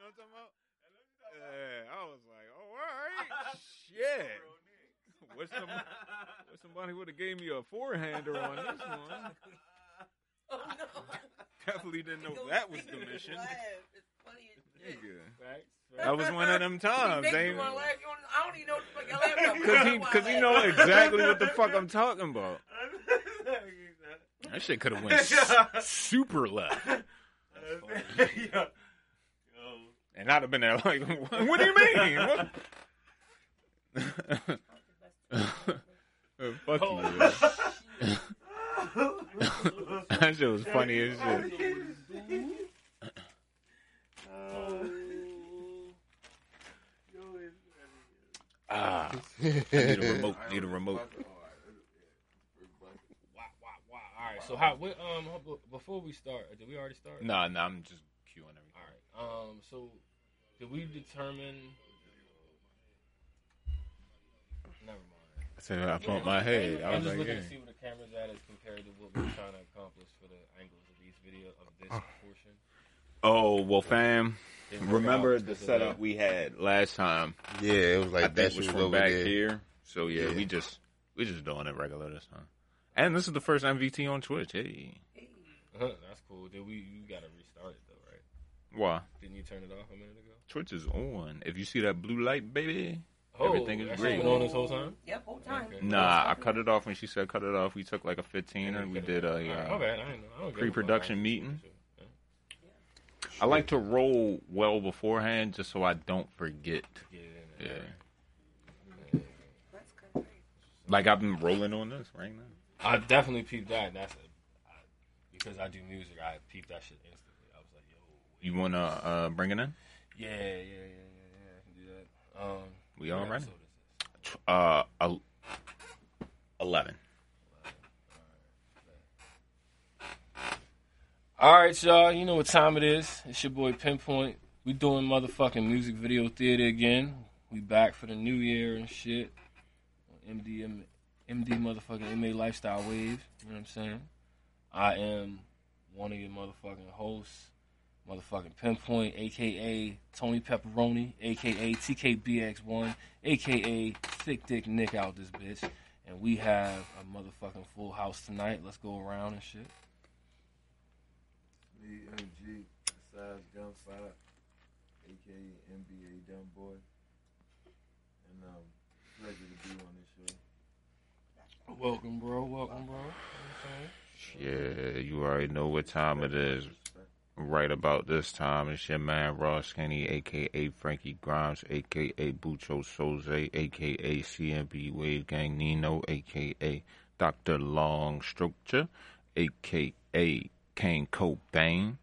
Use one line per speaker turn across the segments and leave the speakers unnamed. I'm talking about? Yeah, I was like, all right, shit. Wish, some, wish somebody would have gave me a forehander on this one.
Oh no!
Definitely didn't know that was the mission.
Laugh. It's funny as shit.
Nigga.
Facts.
That was one of them times.
Makes
They,
you wanna laugh. You wanna- I don't even know what the fuck I laugh
cause he, cause he know exactly what the fuck I'm talking about. That shit could have went s- super left,
Yo. Yo.
and I'd have been there like, what, what do you mean? What? Uh, fuck you. yo. that shit was funny as shit. Ah, need a remote. Need a remote.
All right. So how? What, um, how- before we start, did we already start?
Nah, nah, I'm just queuing everything.
All right. Um. So, did we determine? Never mind.
I said I bumped my head. I
I'm
was like,
just looking to
yeah.
see where the camera's at as compared to what we're trying to accomplish for the angles of these video of this portion.
oh well, fam.
Didn't work
Remember
out
the
because of that.
setup we had last time?
Yeah, it was
I
like
think
that
was
shit was
from
over
back
there.
here. So yeah, we just we just doing it regular this time. And this is the first MVT on Twitch. Hey,
Uh-huh, That's cool. Did we? You gotta restart it though, right?
why
Didn't you turn it off a minute ago?
Twitch is on? If you see that blue light, baby.
Oh,
Everything is
that's
green.
been on this whole time.
Yep, whole time.
Okay.
Nah, I cut it off when she said cut it off. We took like a fifteen, and we did a.
All right,
Uh,
my bad. I didn't know. I don't give a fuck.
pre-production meeting.
Yeah.
I like to roll well beforehand just so I don't forget.
Get it in
Yeah,
there.
That's crazy.
like I've been rolling on this right now.
I definitely peeped that. That's a, I, because I do music. I peeped that shit instantly. I was like, yo, wait.
You wanna uh, bring it in?
yeah, yeah, yeah, yeah, yeah. I can do that. Um,
We all
what
ready?
episode is this?
Uh, el- eleven.
All right, y'all. You know what time it is. It's your boy Pinpoint. We doing motherfucking music video theater again. We back for the new year and shit. MDM, MD motherfucking MA lifestyle wave. You know what I'm saying? I am one of your motherfucking hosts, motherfucking Pinpoint, aka Tony Pepperoni, aka TKBX1, aka Thick Dick Nick out this bitch. And we have a motherfucking full house tonight. Let's go around and shit.
BMG, besides Gunfire, aka NBA Dumb Boy. And um, pleasure to be on this show.
Welcome, bro. Welcome, bro.
Yeah, you already know what time it is.
Respect.
Right about this time, it's your man Raw Skinny, aka Frankie Grimes, aka Bucho Soze, aka CMB Wave Gang Nino, aka Dr. Long Structure, aka Kane Cobain,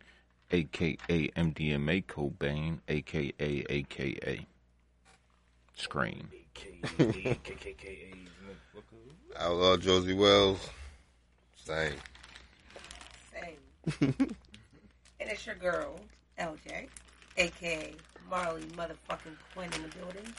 aka MDMA Cobain, aka aka Scream.
Outlaw Josie Wells. Same.
Same. and it's your girl, LJ, aka Marley motherfucking Quinn in the building.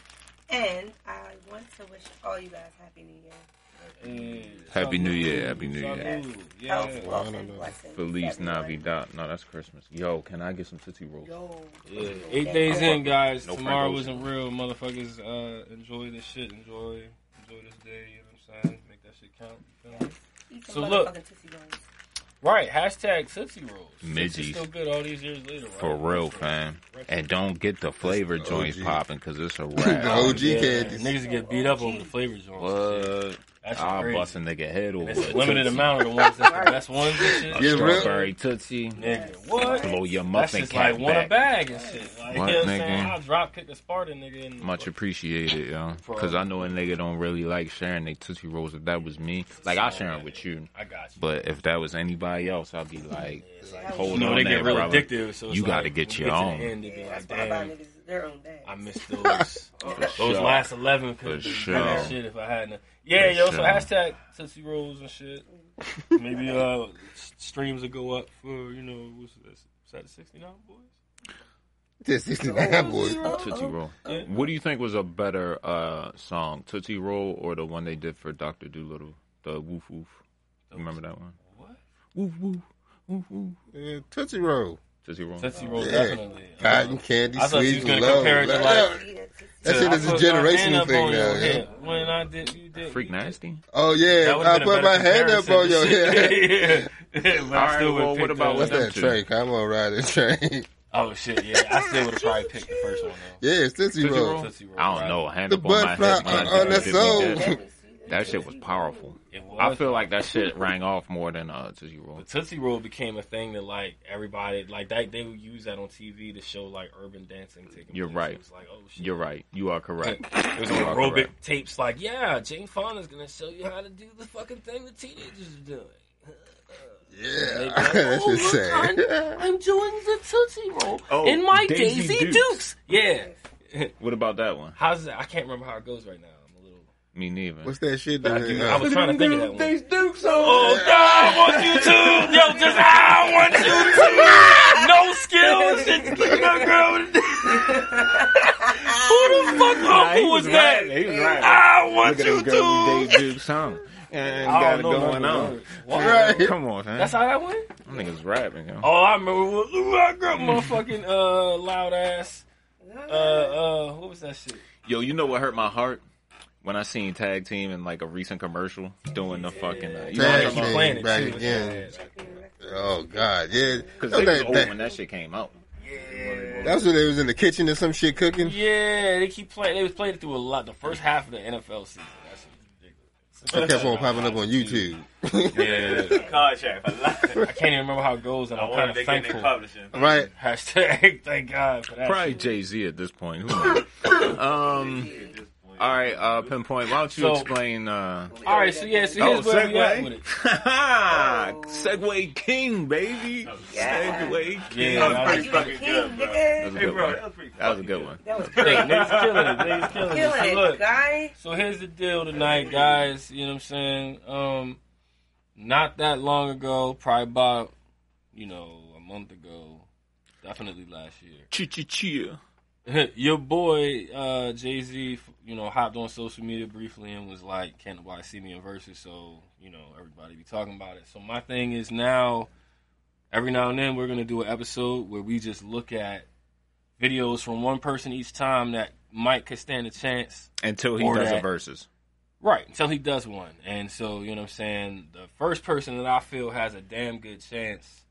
And I want to wish all you guys Happy New Year.
Happy New Year, Happy New Year.
Oh,
Health,
Yeah.
wealth, and blessings.
Feliz
everyone.
Navidad. No, that's Christmas. Yo, can I get some Tootsie Rolls?
Yo.
Yeah. Eight days in, guys.
No
Tomorrow
Frank
wasn't real. Motherfuckers, uh, enjoy this shit. Enjoy, enjoy this day. You know what I'm saying? Make that shit count. You feel me?
Eat some
So
motherfucking
look.
Tootsie Rolls.
Right. Hashtag Tootsie Rolls.
Midgies.
Tootsie's Still good all these years later. Right?
For real, fam. And don't get the flavor
the
joints
OG.
popping because it's a
The
wrap.
OG candies.
Niggas get beat up over the flavor joints.
What?
That's
I'll
crazy.
bust a nigga head over.
It's a
a
limited
Tootsie.
amount of the ones. That's the best ones and shit.
A
Yeah, real-
strawberry tootsie.
Nigga, what?
Blow your
That's
muffin
just like
cap
one a
back.
bag and shit. Like,
What,
you know what I'm saying?
nigga?
I'll drop kick a Spartan nigga in the
Much appreciated, yo. Because I know a nigga don't really like sharing they tootsie rolls. If that was me, like I'll share it with you.
I got you.
But if that was anybody else, I'd be like,
you
hold
know,
on,
they
there,
get real
brother.
addictive. So it's
You
like,
gotta get
when you
your
to the
own.
End, they be
Yeah,
like,
that's why I buy
damn,
niggas their own bags.
I missed those. those
sure.
last 11 could
For
have
sure.
been that shit if I hadn't. Yeah,
For
yo, so
sure.
hashtag Tootsie Rolls and shit. Maybe uh, s- streams will go up for, you know, what's this? Is that the 69 boys?
This
Oh,
69 boy.
Tootsie Roll.
Yeah.
What do you think was a better uh, song, Tootsie Roll or the one they did for Doctor Doolittle, the Woof Woof? You remember that one?
What?
Woof Woof, Woof Woof.
Yeah, Tootsie Roll.
Tootsie Roll.
Tootsie Roll,
Yeah.
definitely.
Cotton candy,
Uh-huh. I thought you
sweets,
was
and love.
gonna compare it to,
Love.
like-
That shit
I
is a
put my hand
generational
up
thing
on
now.
your
Yeah.
head. When I did, you did.
Freak
you did.
nasty.
Oh yeah,
would've
I
been a
put
better
my hand up on your
comparison.
head.
yeah. But I still
Alright,
would've
well, what
picked
about
the-
What's
them
that
two.
train? Come on, ride this train.
Oh shit, yeah. I still would have probably picked the first one though.
yeah, it's Tootsie
Tootsie
Roll.
Roll? Tootsie Roll,
I don't
right.
know. a Hand
The
up on my
butt flap
head. when I
on-
did
on
that
the
shit like
soul.
that. That shit was powerful.
It was.
I feel like that shit rang off more than uh, Tootsie Roll.
the Tootsie Roll became a thing that like everybody like that they would use that on TV to show like urban dancing taking
You're
place.
right.
It was like oh shit.
You're right. You are correct.
It was
You
on
are
aerobic
correct.
tapes like yeah, Jane Fonda's gonna show you how to do the fucking thing the teenagers are doing.
Yeah,
Like,
that
oh,
shit
look,
sad.
I'm, I'm doing the Tootsie Roll
Oh,
in my
Daisy
Daisy,
Dukes.
Dukes. Yeah.
What about that one?
How's that? I can't remember how it goes right now. I'm a little.
Me neither.
What's that shit?
But I,
that-
do,
uh,
I was trying to think of that one.
Dukes
Oh God, I want you to. Yo, just I want you to. No skills. Just keep my girl. Who the fuck uncle was, that?
He was right.
I want
Look at
you
him go with
to.
Dave Dukes song. And
I
got it
don't know
going
nothing
on.
about it. What?
Right.
Come on, man.
That's how that went.
Them niggas rapping, yo.
Oh, I remember. Was, ooh, I got motherfucking uh, loud ass. Uh, uh, what was that shit?
Yo, you know what hurt my heart? When I seen Tag Team in like a recent commercial doing the fucking, uh, you know
Tag
what I'm talking
Team.
about?
Planet,
back
too.
again.
Yeah.
Oh God, yeah.
Because
Oh,
they was
that,
old
that-
when that shit came out.
that's when they was in the kitchen or some shit cooking.
Yeah, they keep playing. They was playing it through a lot. The first half of the NFL season. That's ridiculous.
It kept on popping up on YouTube.
Yeah.
Contract for life.
I can't even remember how it goes, and
I
I'm
wonder
kind
if they
of
getting their
thankful.
publishing.
right?
Hashtag thank God for that.
Probably
shit.
Jay Z at this point. Who knows? um,
At this point.
all right, uh, pinpoint. Why don't you
So-
explain? Uh,
All right, so yeah, so
oh,
here's where we at with
Segway,
it.
Segway King, baby,
Yeah.
Segway King.
Yeah,
That
I
was
was
pretty fucking good, bro.
That was a
Hey,
good
bro,
one.
that was
That was a
pretty fucking
good one.
That was
Hey,
great.
niggas killing it. Niggas killing it.
Killing
So
it,
look,
guy.
so here's the deal tonight, guys. You know what I'm saying? Um, not that long ago, probably about you know a month ago, definitely last
Chi-chi-chia.
year. Your boy uh, Jay Z, you know, hopped on social media briefly and was like, "Can not nobody see me in verses?" So you know, everybody be talking about it. So my thing is now, every now and then, we're gonna do an episode where we just look at videos from one person each time that might could stand a chance
Until he
Or
does a
that.
versus.
Right, until he does one. And so, you know what I'm saying? The first person that I feel has a damn good chance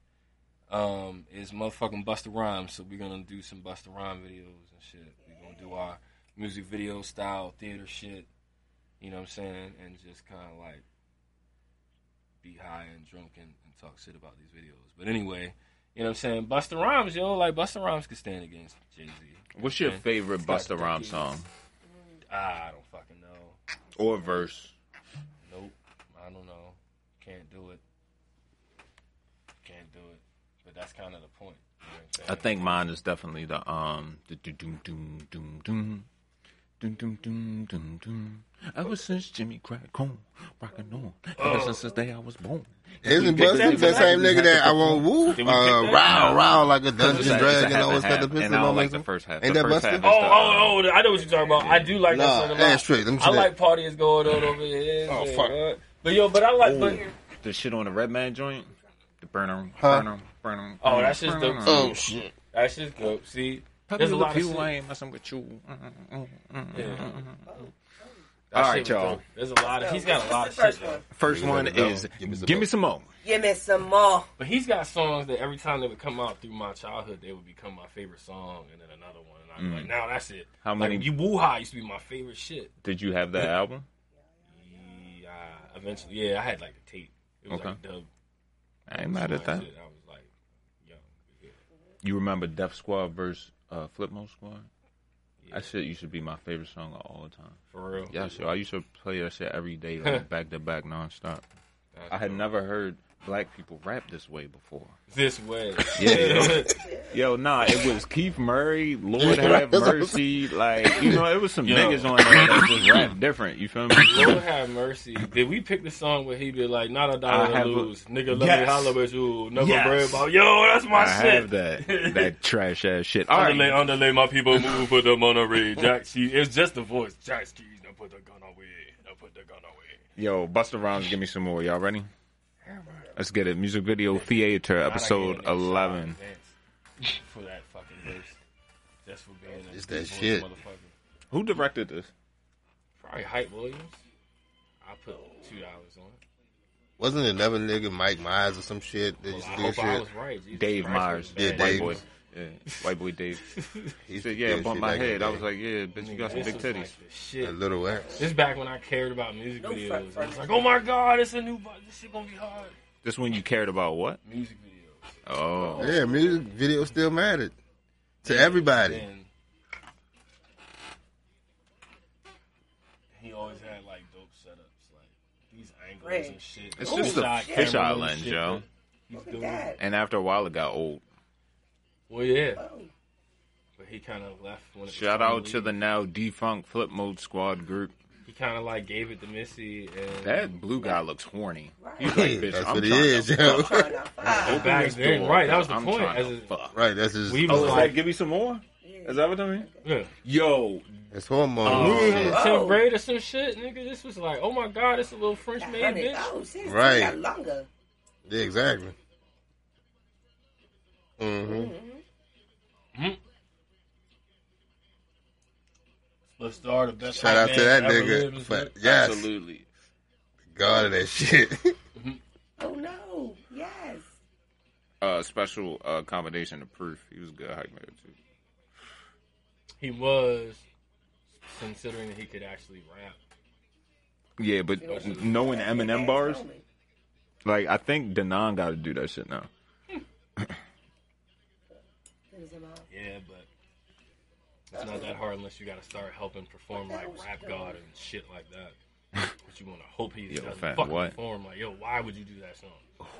um, is motherfucking Busta Rhymes. So we're going to do some Busta Rhymes videos and shit. We're going to do our music video style theater shit. You know what I'm saying? And just kind of like be high and drunk and, and talk shit about these videos. But anyway, you know what I'm saying? Busta Rhymes, yo, like Busta Rhymes could stand against Jay-Z.
What's your
Okay.
favorite
got
Busta Rhymes
cookies.
song
Ah, I don't fucking know.
or verse?
Nope. I don't know. Can't do it. Can't do it. But that's kind of the point. you know what I'm saying?
I think mine is definitely the um the do doom doom doom doom. Doom, doom, doom, doom, doom. Ever since Jimmy cracked home, rockin' on. Ever since the day I was born.
Isn't Busta the same nigga that I want woo?
Did we pick
Uh,
that?
row, row like a
It's
dungeon
a- it's a
dragon.
half and
Always got the
half,
pistol
And I don't
on
like the
me.
first half.
Ain't
the
that
first
Busta?
half is
Oh,
the,
oh, oh! I know what you're talking about. I do like
Nah,
that song a lot.
ass straight, let me
I
see that.
like party is going on over here.
Oh,
Yeah,
fuck.
right. But yo, but I like. But,
the shit on the Red Man joint. The burner,
Huh?
burner, burner.
Oh, that's just the-
Oh shit!
that shit's dope. See,
There's
there's a lot of shit.
I ain't messing with you.
Yeah.
All
Mm-hmm, That
right,
shit was
y'all.
dope. There's a lot of. He's got a lot of
What's
shit.
the first
though.
one?
First one
Give me some more.
is
Give me some
Give
more.
Me Some More.
Give me some more.
But he's got songs that every time they would come out through my childhood, they would become my favorite song, and then another one, and
Mm.
I'm like, now that's it.
How many-
Like, you woo ha used to be my favorite shit.
Did you have that album?
Yeah, eventually. Yeah, I had like a tape. It was
Okay.
like dub.
I ain't mad at that.
Shit. I was like, young.
You remember Def Squad versus uh, Flipmo Squad?
Yeah.
That shit used to be my favorite song of all time.
For real.
Yeah, so I used to play that shit every day, like back to back, nonstop.
That's
I had
dope.
never heard black people rap this way before.
This way.
Yeah. Yo, nah, it was Keith Murray, Lord Have Mercy, like you know, it was some
Yo.
niggas on there that just rap different. You feel me?
Lord have mercy. Did we pick the song where he did like not a
I
dollar
have
to
a-
lose, nigga? Let me
Yes.
holler at you. Never
Yes.
worry about. Yo, that's my
I
shit.
have that that trash ass shit. All
Underlay,
right,
underlay, my people move for the Monterey. Jack Keys, it's just the voice. Jack Keys, now put the gun away. Now put the gun away.
yo, Buster Rhymes, give me some more. Y'all ready? Let's get it. Music video theater, episode
Not again,
eleven.
it's for that fucking verse. Just for being a
It's
big
that
voice
shit.
motherfucker.
Who directed this?
Probably Hype Williams. I put two dollars on it.
Wasn't it another nigga Mike Myers or some shit that
Well,
used
I
to do
hope I
shit?
was right. Jesus
Dave
Christ.
Myers.
Yeah,
white
Dave.
boy. Yeah, white boy Dave.
He
He
used to
said, yeah,
do
it bumped
shit
my
back in
head.
the
I
day.
was like, yeah, bitch, you got some
This
big
was like
titties.
the shit.
a little ass.
This back when I cared about music
No
videos.
fuck
I was like, oh my god, it's a new. bu- This shit gonna be hard.
This when you cared about what?
Music videos.
Oh.
Yeah, music video still mattered to everybody.
And he always had like dope setups, like these angles
Right.
and shit.
It's
Ooh,
just a
shot
fisheye
camera and
lens,
shit
yo.
that He's
Look at
doing.
that.
And after a while, it got old.
Well, yeah,
Oh,
but he kind of left when. It was
Shout
time
out to
leave.
the now defunct Flip Mode Squad group.
He kind of like gave it to Missy and.
That blue guy looks horny.
Right.
He's like, bitch,
That's
I'm
what it
trying to
is, yo.
fuck.
trying to
Well,
find.
Open
back
this
then,
door,
right? That was the
I'm
point.
trying
As
to
a-
fuck.
Right, that's his.
We
Oh,
was
it's
like-
like, give me some more? Is that what I mean?
Yeah.
Yo,
It's hormones.
Oh,
and
In
shit.
yeah.
tenth grade or some shit, nigga. This was like, oh my god, it's a little French
That
maid,
hundred.
bitch.
Oh, she's
Right.
got longer.
Yeah, exactly. Mm-hmm.
Let's start the best.
Shout
white
out to
man
that
ever lived
nigga.
and
But
shit.
yes,
absolutely.
God of that shit.
Oh no! Yes.
Uh, special uh, accommodation to Proof. He was a good hype man, too.
he was considering that he could actually rap.
Yeah, but knowing Eminem bars, like, I think Denon got to do that shit now.
Yeah, but it's not that hard unless you got to start helping perform like Rap God and shit like that. But you want to hope he
Yo,
doesn't
fam,
fucking
what?
perform. Like, yo, why would you do that song?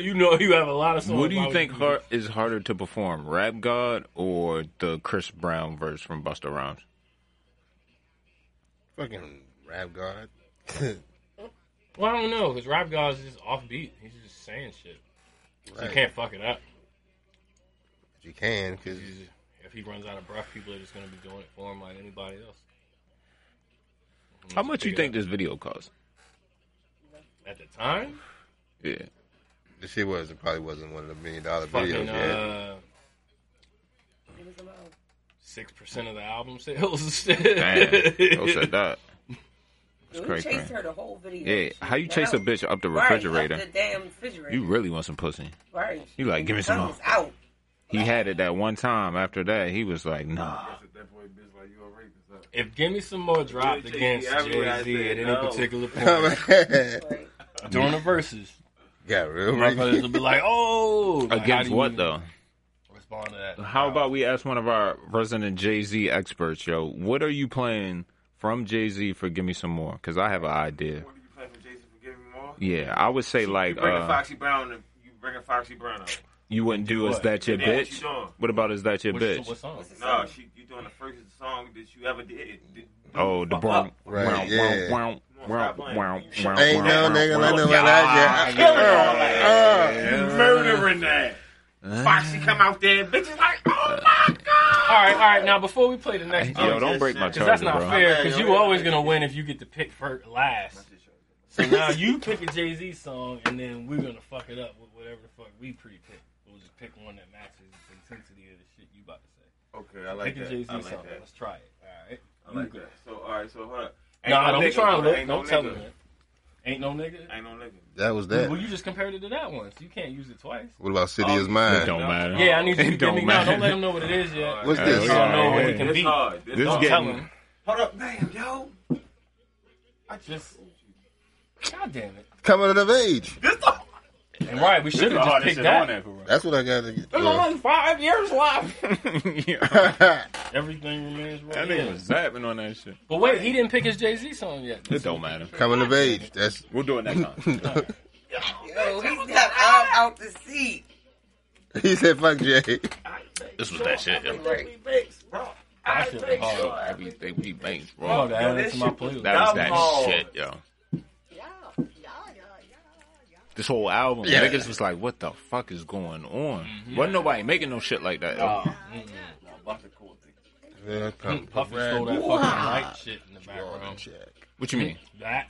you know, you have a lot of songs.
What do
why
you
would
think
do
har- is harder to perform, Rap God or the Chris Brown verse from Busta Rhymes?
Fucking rap god.
that? Well, I don't know, because Rap God is just offbeat. He's just saying shit. So
Right.
You can't fuck it up.
You can, cause
He's just- if he runs out of breath, people are just gonna be doing it for him like anybody else.
How much you
Figure
think
it
this video cost?
out. at the time?
Yeah,
the shit was it probably wasn't one of the million dollar videos
Fucking
yet.
uh,
It was about
six percent of the album sales. and shit.
damn, who said that?
You
cray
chased
cray.
her the whole video.
Yeah,
She
how you
was
chase a
out.
bitch up the
Right, up
refrigerator?
the damn refrigerator.
You really want some pussy?
right.
You like, give me some
Tongue
more.
was out.
He had it that one time. After that, he was like, nah.
That's at that point, bitch, like you a rapist. Huh?
If Gimme Some More dropped
Yeah,
against
I mean, I
Jay Z
said
at any
no.
particular point
Right.
during the verses,
Got real
my
rich.
brothers would be like, "Oh, like, how do
Against
you
what though?
Respond to that?
How about we ask one of our resident Jay Z experts, yo? What are you playing from Jay Z for? Give me some more, because I have an idea.
What do you play for Jason for giving me more?
Yeah, I would say
You
like
bringing
uh,
Foxy Brown and you bringing Foxy Brown up.
you wouldn't do is
What?
that your
Yeah, what
bitch?
you doing?
What about is that your
What's-
bitch?
What song?
What's the
No,
song?
she you doing the first song that you ever did. Did-
Oh, the
fuck
brown.
up.
Right,
wow,
yeah.
wow, wow, wow,
Stop
wow,
playing.
wow,
Ain't
wow,
Ain't no
wow,
nigga like
wow.
no one out yet. Uh,
You murdering that. Foxy come out there, bitches like, oh my god.
All right, all right. Now before we play the next,
Yo,
because
don't break my charger,
that's not
bro.
fair. Because you always gonna win if you get to pick first last. So now you pick a Jay Z song, and then we're gonna fuck it up with whatever the fuck we pre-pick. We'll just pick one that matches the intensity of the shit you about to say.
Okay, I like
pick a
that.
Jay Z
I
song.
like that.
Let's try it. All right.
I like that. So, all right, so hold up. Ain't
Nah, don't be
nigga,
trying to
bro.
look.
Ain't
Don't
no
tell
nigga.
me that. Ain't no nigga.
Ain't no nigga.
that was
Well,
that.
you just compared it to that one, so you can't use it twice.
What about City
Oh,
is
It
Mine?
don't matter.
Yeah, I need you to
It
give
don't
me now. Don't let
matter.
him know what it is yet.
What's
Hey,
this?
you don't know
Yeah,
what
yeah.
he
can
This
beat.
hard. This,
This
hard.
Tell
getting-
him.
Hold up, damn, yo.
I just. God damn it.
Coming of age.
This the
And right, we
Oh,
should have just picked that.
That's what I got to get.
There's only five years left.
yeah.
Everything remains
That
right.
nigga was zapping on that shit.
But wait, he didn't pick his Jay Z song yet.
It don't matter.
Coming of age. That's
We'll do it next time.
Yo, he's got out, out the seat.
he said. Fuck Jay.
This was that shit. yo.
Right.
That shit was hard.
Everything we bangs,
I'm
bro.
about to
That
add Oh, that to my playlist.
was that
Dumb
shit, yo. This whole album,
Yeah.
niggas was like, "What the fuck is going on?" Wasn't nobody making no shit like that. yo.
Yeah, come
Puffy stole that fucking light shit in the background.
What you mean?
That.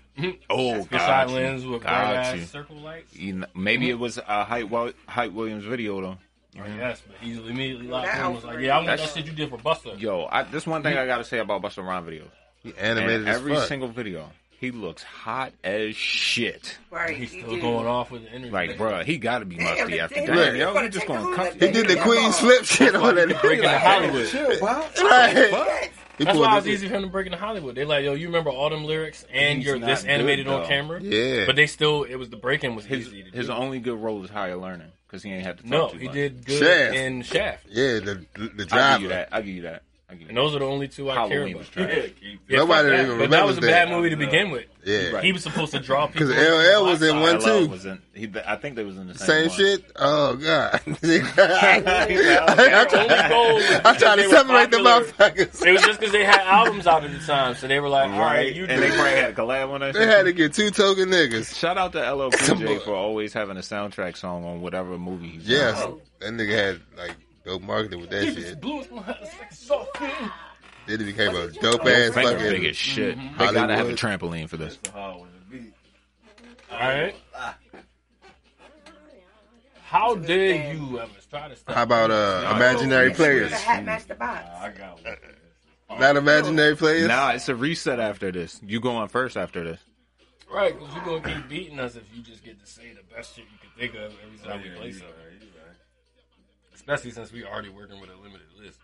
Oh,
Beside
got
lens
you.
with bright
Got
ass
you.
circle lights.
You kn- Maybe it was a Hype, Wil- Hype Williams video though.
Like, yes, but he's immediately locked
That
in. Was like,
outbreak.
yeah, I want that
That's-
shit you did for Buster.
Yo, I, this one thing I gotta say about Busta Rhymes videos.
He
And
animated as
every
fuck.
single video, he looks hot as shit.
Right.
He's
he
still
do.
going off with the energy.
Like, bruh, he gotta be
Damn,
musty
the
after
thing-
that.
Right.
Yo, you
Gotta
just
take the
gonna
hood
come.
out
he did the
Yeah.
queen slip shit on that.
breaking
nigga.
into Hollywood.
Chill, bro.
Right. He
That's
pulled
why it's
this-
easy for him to break into Hollywood. They like, yo, you remember all them lyrics and
He's
you're
not
this
good,
animated on
though.
camera.
Yeah.
But they still, it was the break in was
His
easy to
his
do.
only good role is higher learning because he ain't have to talk
no,
too
he
much.
did good
Shaft.
in Shaft.
Yeah, the the
I give you
driver.
that. I give you that. I give you
And those are the only two I
Halloween was
care about.
trash.
Yeah,
Nobody
fuck
even
that. But that
remembers
was a
that.
bad movie to begin with.
Yeah.
Right.
He was supposed to draw people.
'Cause LL was in
Outside.
LL
one too.
was in- he, I think they was in the same,
Same
one.
shit. Oh god. I,
Their only goal was
I try
they
to
were
separate the
popular.
motherfuckers.
It was just because they had albums out at the time, so they were like, all right, you
and
do
they probably had a collab on that.
They
shit.
had to get two token niggas.
Shout out to LL Cool
Come
J
on.
for always having a soundtrack song on whatever movie he's in.
Yes, that nigga had like dope marketing with that shit.
Blue is my soft thing.
Then he became a dope ass
Finger big
fucking.
as shit. They gotta have a
Mm-hmm. Hollywood.
trampoline for this.
It's the hard one to beat.
All right. How dare you ever try to stop?
How about uh, imaginary players?
The hat matched the box.
I got one.
Not imaginary players.
Nah, it's a reset after this. You going first after this.
Right, because you're gonna keep beating us if you just get to say the best shit you can think of every time we
Yeah,
play
you
something.
right, you right.
Especially since we already working with a limited list.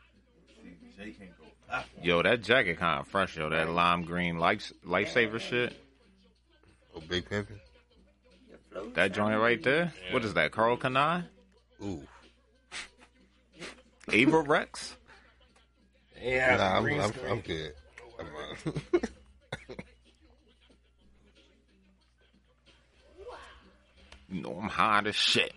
See, Jay can't go. Ah,
Yo, that jacket kind of fresh, yo. That lime green life, lifesaver shit.
Oh, big pimpin.
Your float
That joint right there. What is that? Carl Kanai?
Ooh.
Ava Rex?
Yeah,
Nah, I'm, I'm, I'm good. I'm, uh,
You know I'm hot as shit.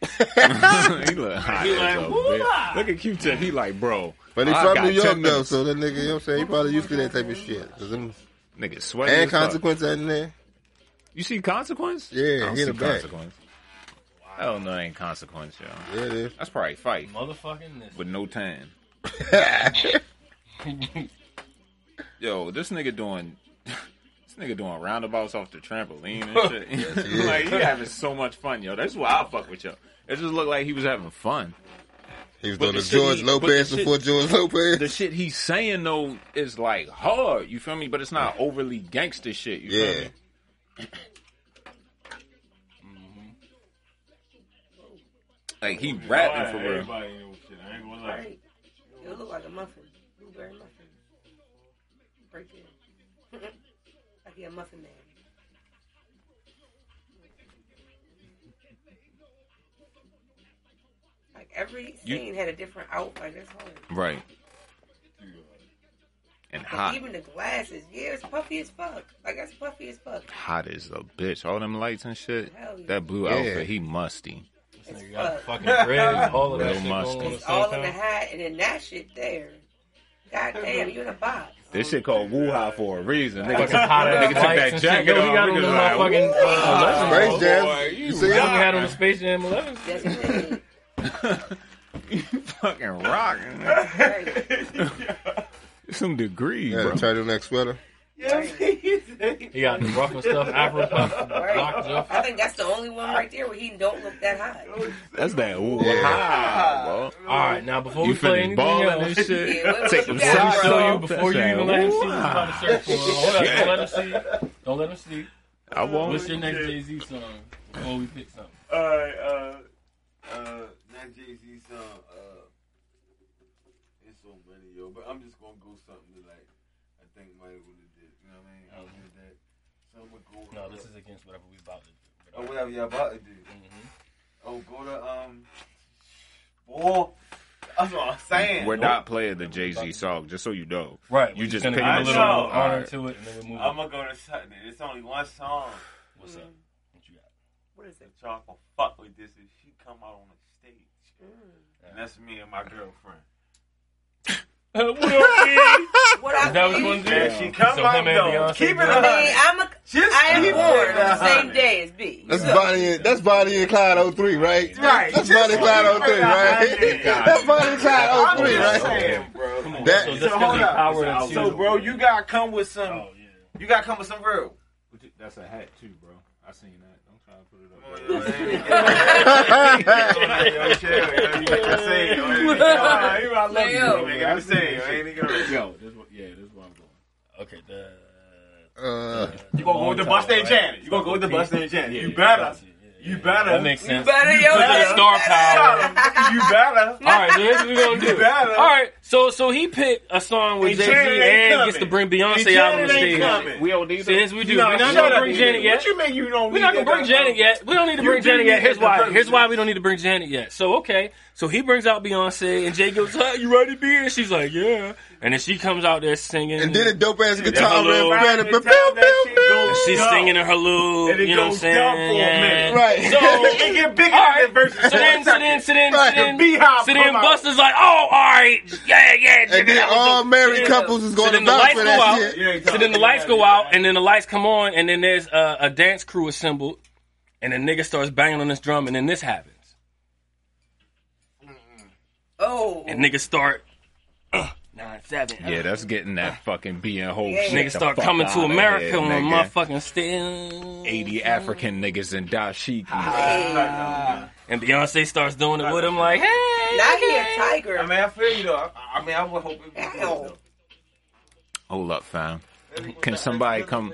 he look hot as a bitch. Look at Q-Tip. He like, bro.
but he's
I
from
got
New York
10
though,
minutes.
so that nigga, you know what I'm saying, he probably used to that type of shit. 'Cause them-
Nigga, sweaty.
and
as fuck.
consequences in there.
You see consequence? I
Yeah,
don't
he
see
the back.
consequence. Hell no, ain't consequence, yo.
Yeah, it is.
That's probably fight
Motherfucking this.
with no tan. Yo, this nigga doing this nigga doing roundabouts off the trampoline and shit. like he having so much fun, yo. That's why I fuck with yo. It just looked like he was having fun.
He was
But
doing
the
the
shit
George
he- but
Lopez
the shit-
before George Lopez.
The shit he's saying though is like hard, you feel me? But it's not overly gangster shit, you feel
yeah.
me? Like he rapping for real.
Everybody in with shit. I ain't gonna lie.
Right. You look like a muffin. Blueberry muffin. Break it. like you're a muffin man. Like every
You-
scene had a different outfit. That's hard.
Right. And hot.
Even the glasses. Yeah, it's puffy as fuck. Like that's puffy as fuck.
hot as a bitch. All them lights and shit.
Hell yeah.
That blue
Yeah.
outfit, he musty.
This nigga got the fucking bread and all of that
Real
shit
mustard.
going on at
It's all in
the
the
same time.
hat and then that shit there. God damn, you in a box.
This shit called Wu Ha for a reason. Nigga,
Fucking hot
nigga
ass
took
lights
that
and shit. Yo,
jacket
he got
off.
on the
He just like,
motherfucking uh,
Space
Legends.
Jam.
Oh, boy, you
You see
Yo, he
him?
had on the Space Jam 11.
That's what it is.
you fucking rocking. man.
Right.
Some degrees,
Yeah,
bro.
the turtleneck sweater.
He got the rough and stuff, Afro puff, locked
Right.
up.
I think that's the only one right there where he don't look that hot.
Oh,
That's that Wu
Yeah.
Ah,
Ha, bro.
All right, now before
You
we play
finished
anything
balling
else,
and shit.
Yeah, what-
Take
what
them
you got,
socks
bro?
show you
off.
before
That's
you
that
even let him see.
Wu
He's about
Ha.
to search for him. Hold up, don't let him see. Don't let him see.
I
What's
won't.
your next Jay Z song? Before we pick something.
Alright, uh, uh, not Jay Z song. Uh, it's so many, yo. But I'm just gonna go something that, like, I think might have would have did. You know what I mean? I would have that. So I'm gonna go.
Mm-hmm. No, this is against whatever we about to do.
Oh, whatever y'all about to do.
Mhm.
Oh, go to um. Boy, that's what I'm saying.
We're not playing the Jay Z song, just so you know.
Right.
You
we're
just
gonna
pick
give
him
a
up.
little
All
honor
right.
to it, and then we move.
I'm gonna
on.
go to something. It's only one song.
What's up? What you got?
What is it?
That y'all gonna fuck with this if she come out on the stage. And that's me and my girlfriend.
Uh, Will
What I
Is that what you
mean?
want to do?
Yeah, she come
So
out
him and
though.
Beyonce
Keep it
doing it.
I
up.
mean, I'm a,
Just
I am
keep
born
it
the
up.
same day as B.
That's Bonnie. And, that's Bonnie and Clyde 03, right?
Right.
That's Bonnie and Clyde 03, right? that's Bonnie and Clyde
I'm
03,
just
right?
saying, bro. Come on.
That-
So this
So
is
hold up.
power and two.
So, bro, you gotta come with some.
Oh, yeah.
You gotta come with some real.
That's a hat, too, bro. I seen that. Don't
Oh,
Yo, this what, yeah, this is where I'm going. Okay, the
Uh,
You gonna go with the Buster and Janet. You gonna go with the Buster and Janet. You better. You better.
That makes
You
sense.
better, yo.
better
you
star power.
Shut 'em. You better.
All right, so here's what we're gonna
You
do.
better.
All right, so so he picked a song with
And
Jay Z
Janet ain't
and gets to
coming.
bring
And
Beyonce
Janet
out on the
ain't
stage.
coming.
We don't need
So here's what we do.
No,
We're not
shut
gonna
up.
bring Janet yet.
What you mean you don't
We're
need
not gonna
that
bring Janet yet. We don't need to
You
bring
do
Janet
need
yet. Here's
that
why.
person.
Here's why we don't need to bring Janet yet. So okay, so he brings out Beyonce and Jay goes, huh, "You ready, B?" And she's like, "Yeah." And then she comes out there singing,
and then a dope ass guitar riff.
hello.
man, and
By the
pew,
time that
pew,
shit
pew.
goes-
she's
Dumb.
singing her little,
And it
you know, what I'm
goes dumb for a
saying, yeah.
minute.
Right.
So
It get bigger
All right.
than versus.
So then, so then, so then, so
Right.
then,
Beehive
so then
come out.
Buster's like, oh, all right, yeah, yeah. check
And
it
then
out."
all married
Yeah.
couples is
So
going
then
to
the
vouch
lights
for
go
that
out.
shit.
So then the lights go out, and then the lights come on, and then there's a, a dance crew assembled, and the nigga starts banging on this drum, and then this happens,
Oh.
and niggas start uh, nine seven. uh,
Yeah, that's getting that fucking being whole
Yeah,
shit.
yeah.
Niggas
the
start
fuck
coming to
outta
America
here,
on
nigga.
motherfucking stage.
80 African niggas in
Ah.
dashiki.
Hey.
And Beyonce starts doing it with him, like, hey.
Not here,
okay.
Tiger.
I mean, I feel you though. I, I mean, I would hope it was
Ow.
Hold up, fam. Can somebody come?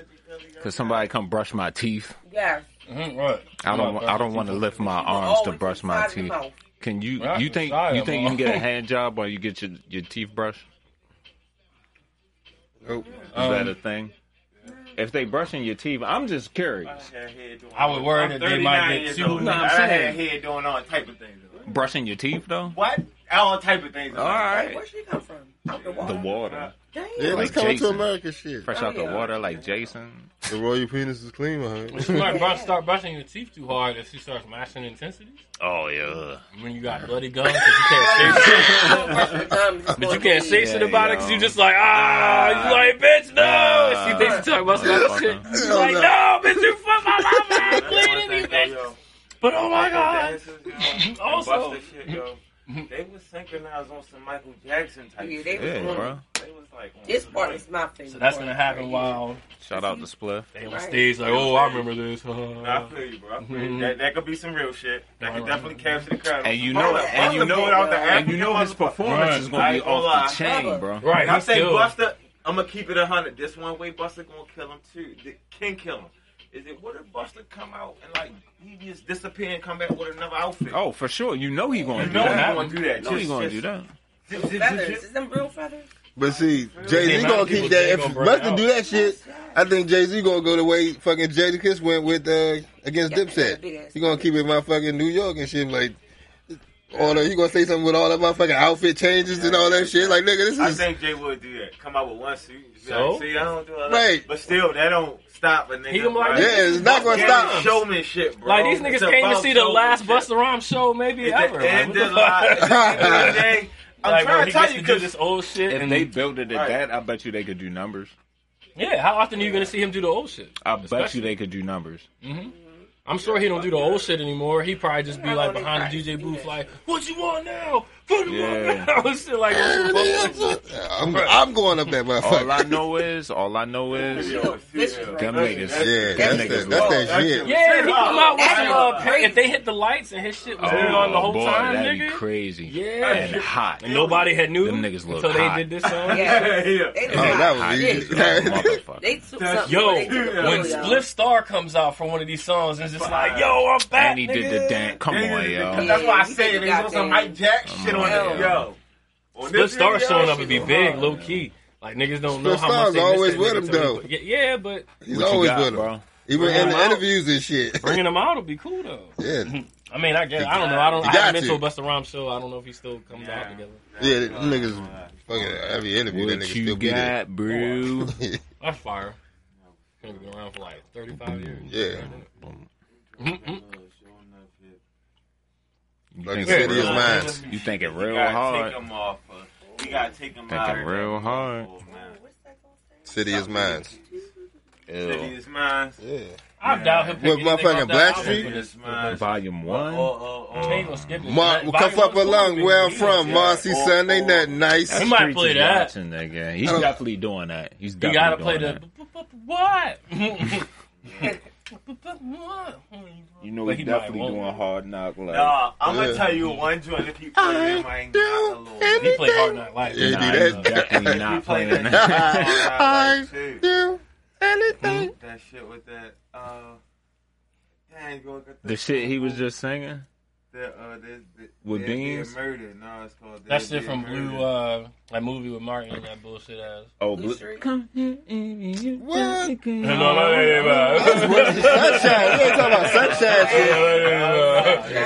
Can somebody come brush my teeth?
yes.
Mhm, right.
I don't. I don't want to lift my arms to
Always
brush my
Oh, inside your
teeth.
mouth.
Can you?
Well,
You think?
sorry,
You think you
bro.
can get a hand job while you get your your teeth brushed?
Oh,
Is that a thing? If they brushing your teeth, I'm just curious.
I would worry that they might get sued.
No, I'm saying head doing all type of things. though.
Brushing your teeth though.
What? All type of things.
All right.
Where she come from? Out the water.
The water.
Damn.
yeah,
Like
let's come to
Jason.
America shit.
Fresh
Oh,
out the
yeah.
water, like Jason.
The royal penis is clean,
You
man.
might brush, start brushing your teeth too hard if she starts matching intensities.
Oh yeah.
When you got bloody gums, 'cause you can't say shit. But you can't say shit
Yeah,
about it
yo.
because you just like, ah, you like, bitch, no.
Nah.
she thinks you talking about some other shit.
Motherfucker.
You like,
Hell
no, bitch, you fuck my mama. I ain't cleaning these bitches. But oh my god. Also-
also, shit, yo. they was synchronized on some Michael Jackson type.
Yeah,
shit.
they-
Yeah, bro.
They was like on
This
some,
part
like-
is my favorite.
So that's
part
gonna happen
right
while
Shout out to Spliff.
they on
Right.
stage like, oh, I remember this.
Nah, I feel you, bro. I feel
Mhm.
you. That, that could be some real shit. That could
Right.
definitely capture the crowd.
Mm-hmm. And you
Hold
know-
up,
and you
Busta
know-
pulled out the
And you
African
know his
motherfucker.
performance
Right.
is gonna be
I ain't gonna
off the
lie.
chain, bro.
Right,
And I
he's
say
still-
Buster, I'm gonna keep it a hundred. This one way Buster gonna kill him too. That can kill him. Is it what if Buster come out and like he just disappear and come back with another outfit?
Oh, for sure. You know he gonna
you
do
know
that.
he gonna do that.
You know he
Just-
gonna
just-
do that.
zip, zip, zip,
now. Feathers.
zip.
Is them real feathers?
But see, Jay Z
amount
gonna
of people
keep
they
that.
gonna
If
burn
Busta
out.
do that shit, I think Jay Z gonna go the way fucking Jada Kiss went with uh, against
Yeah, that big ass.
Dipset. He gonna keep it motherfucking New York and shit. Like, all that, you gonna say something with all that motherfucking outfit changes and all that shit. Like, nigga, this
I
is
think Jay would do that. Come out with one suit. and be
So?
like, see, I don't do all that.
Right.
But still, that don't stop a nigga.
He gonna be like,
bro.
yeah, it's not gonna stop.
showmanship, bro.
Like these niggas
It's
came to
about
see the last
showmanship.
Buster Rhymes show maybe
At
ever.
the
Like, what
end
the
of the li- at
fuck?
the end of the day, I'm
Like, bro,
trying to
he gets
tell
to
you
do
because
this old shit.
If
and
they build it at
Right.
that, I bet you they could do numbers.
Yeah, how often are you gonna see him do the old shit?
I bet
Especially-
you they could do numbers.
I'm sure he don't do the old shit anymore. He probably just be like behind the DJ booth, like, "What you want now? Put him
Yeah.
on now." shit like,
I'm, I'm going up that
All I
motherfucker.
know is, all I know is,
Yo, vicious right
them
now.
niggas,
Yeah,
them
that's
niggas
that,
low.
that's that shit.
yeah, he come out with
That's
some. Uh,
crazy.
if they hit the lights and his shit was going on the
Oh
whole
boy,
time,
that'd be
nigga.
crazy.
Yeah.
and hot.
And nobody had knew
Them niggas look
so they
hot.
did this
Yeah.
song.
Yeah.
They
Oh, that
hot.
was
Hot
easy.
as a
They
motherfucker.
took something.
Yo,
they took a
when
photo, y'all.
Split Star comes out for one of these songs, it's just like, "Yo, I'm back."
And he did the
nigga.
dance. Come
Yeah,
on,
yeah,
yo.
yeah. That's why I
Yeah,
say
you
it. They on some
goddamn-
Mike Jack shit on
Hell.
it. Yo. On
Split
this
Star
video,
showing up
shit
would be
was
big,
hard.
low key. Like niggas don't know
Split
how much
Star's
they miss
always
that
with
nigga
him,
till he
though.
put- Yeah, yeah, but
He's
What you
always
got,
with him,
bro?
even in
Wow.
the interviews and shit.
bringing him out would be cool though.
Yeah,
I mean, I guess I don't know. I don't. I
You got
haven't been to a
to.
Busta Rhymes show. I don't know if he still comes out together.
yeah, them niggas fucking every interview. That
What
nigga still
you
be there.
got, bro?
That's fire. He's been around for like thirty-five years.
Yeah,
Mm-hmm.
Mhm.
You
Like
think
the
it
city is
real-
mine.
You think it
You
real
gotta
hard?
Take him off. uh, You gotta take him
Think
out. Oh,
it real hard.
man.
What's that gonna say?
city is mine.
City
Ew.
is mine.
Yeah,
I doubt he'll pick
With
anything
motherfucking
off that
Blackstreet?
album.
City is mine.
Volume
Oh,
one.
oh,
He ain't
oh.
gonna skip it.
Mar-
That-
cuff
Volume
up
One's
along
cool,
where I'm
baby.
from.
Yeah.
Marcy
Oh,
son ain't
oh.
that nice.
He might
Streets
play
is
that.
watching, nigga. He's definitely doing that. He's
You
definitely
gotta play
doing
the what?
You know
But
he
he might
definitely
won't.
doing hard knock like
Nah, I'm gonna
Yeah.
tell you one joint if you put it in my ain't not alone.
He played Hard Knock Life.
Yeah, he
Nah,
do
he's
that.
definitely
We
not
played
playing
that.
that.
I
Hard Knock Life, too.
do
Hmm.
anything.
That shit with that. Uh, dang, go get
The shit he was just singing.
That, uh, this, this,
With
Dead Dead
Beans?
Murder. No, it's called. Dead
That's it
Dead
from
Murder.
Blue, uh, that movie with Martin and that bullshit ass.
Oh,
Blue
Blue
Streak.
come here, baby, you
What?
got it good.
That's what sunshine. We ain't talking about sunshine shit.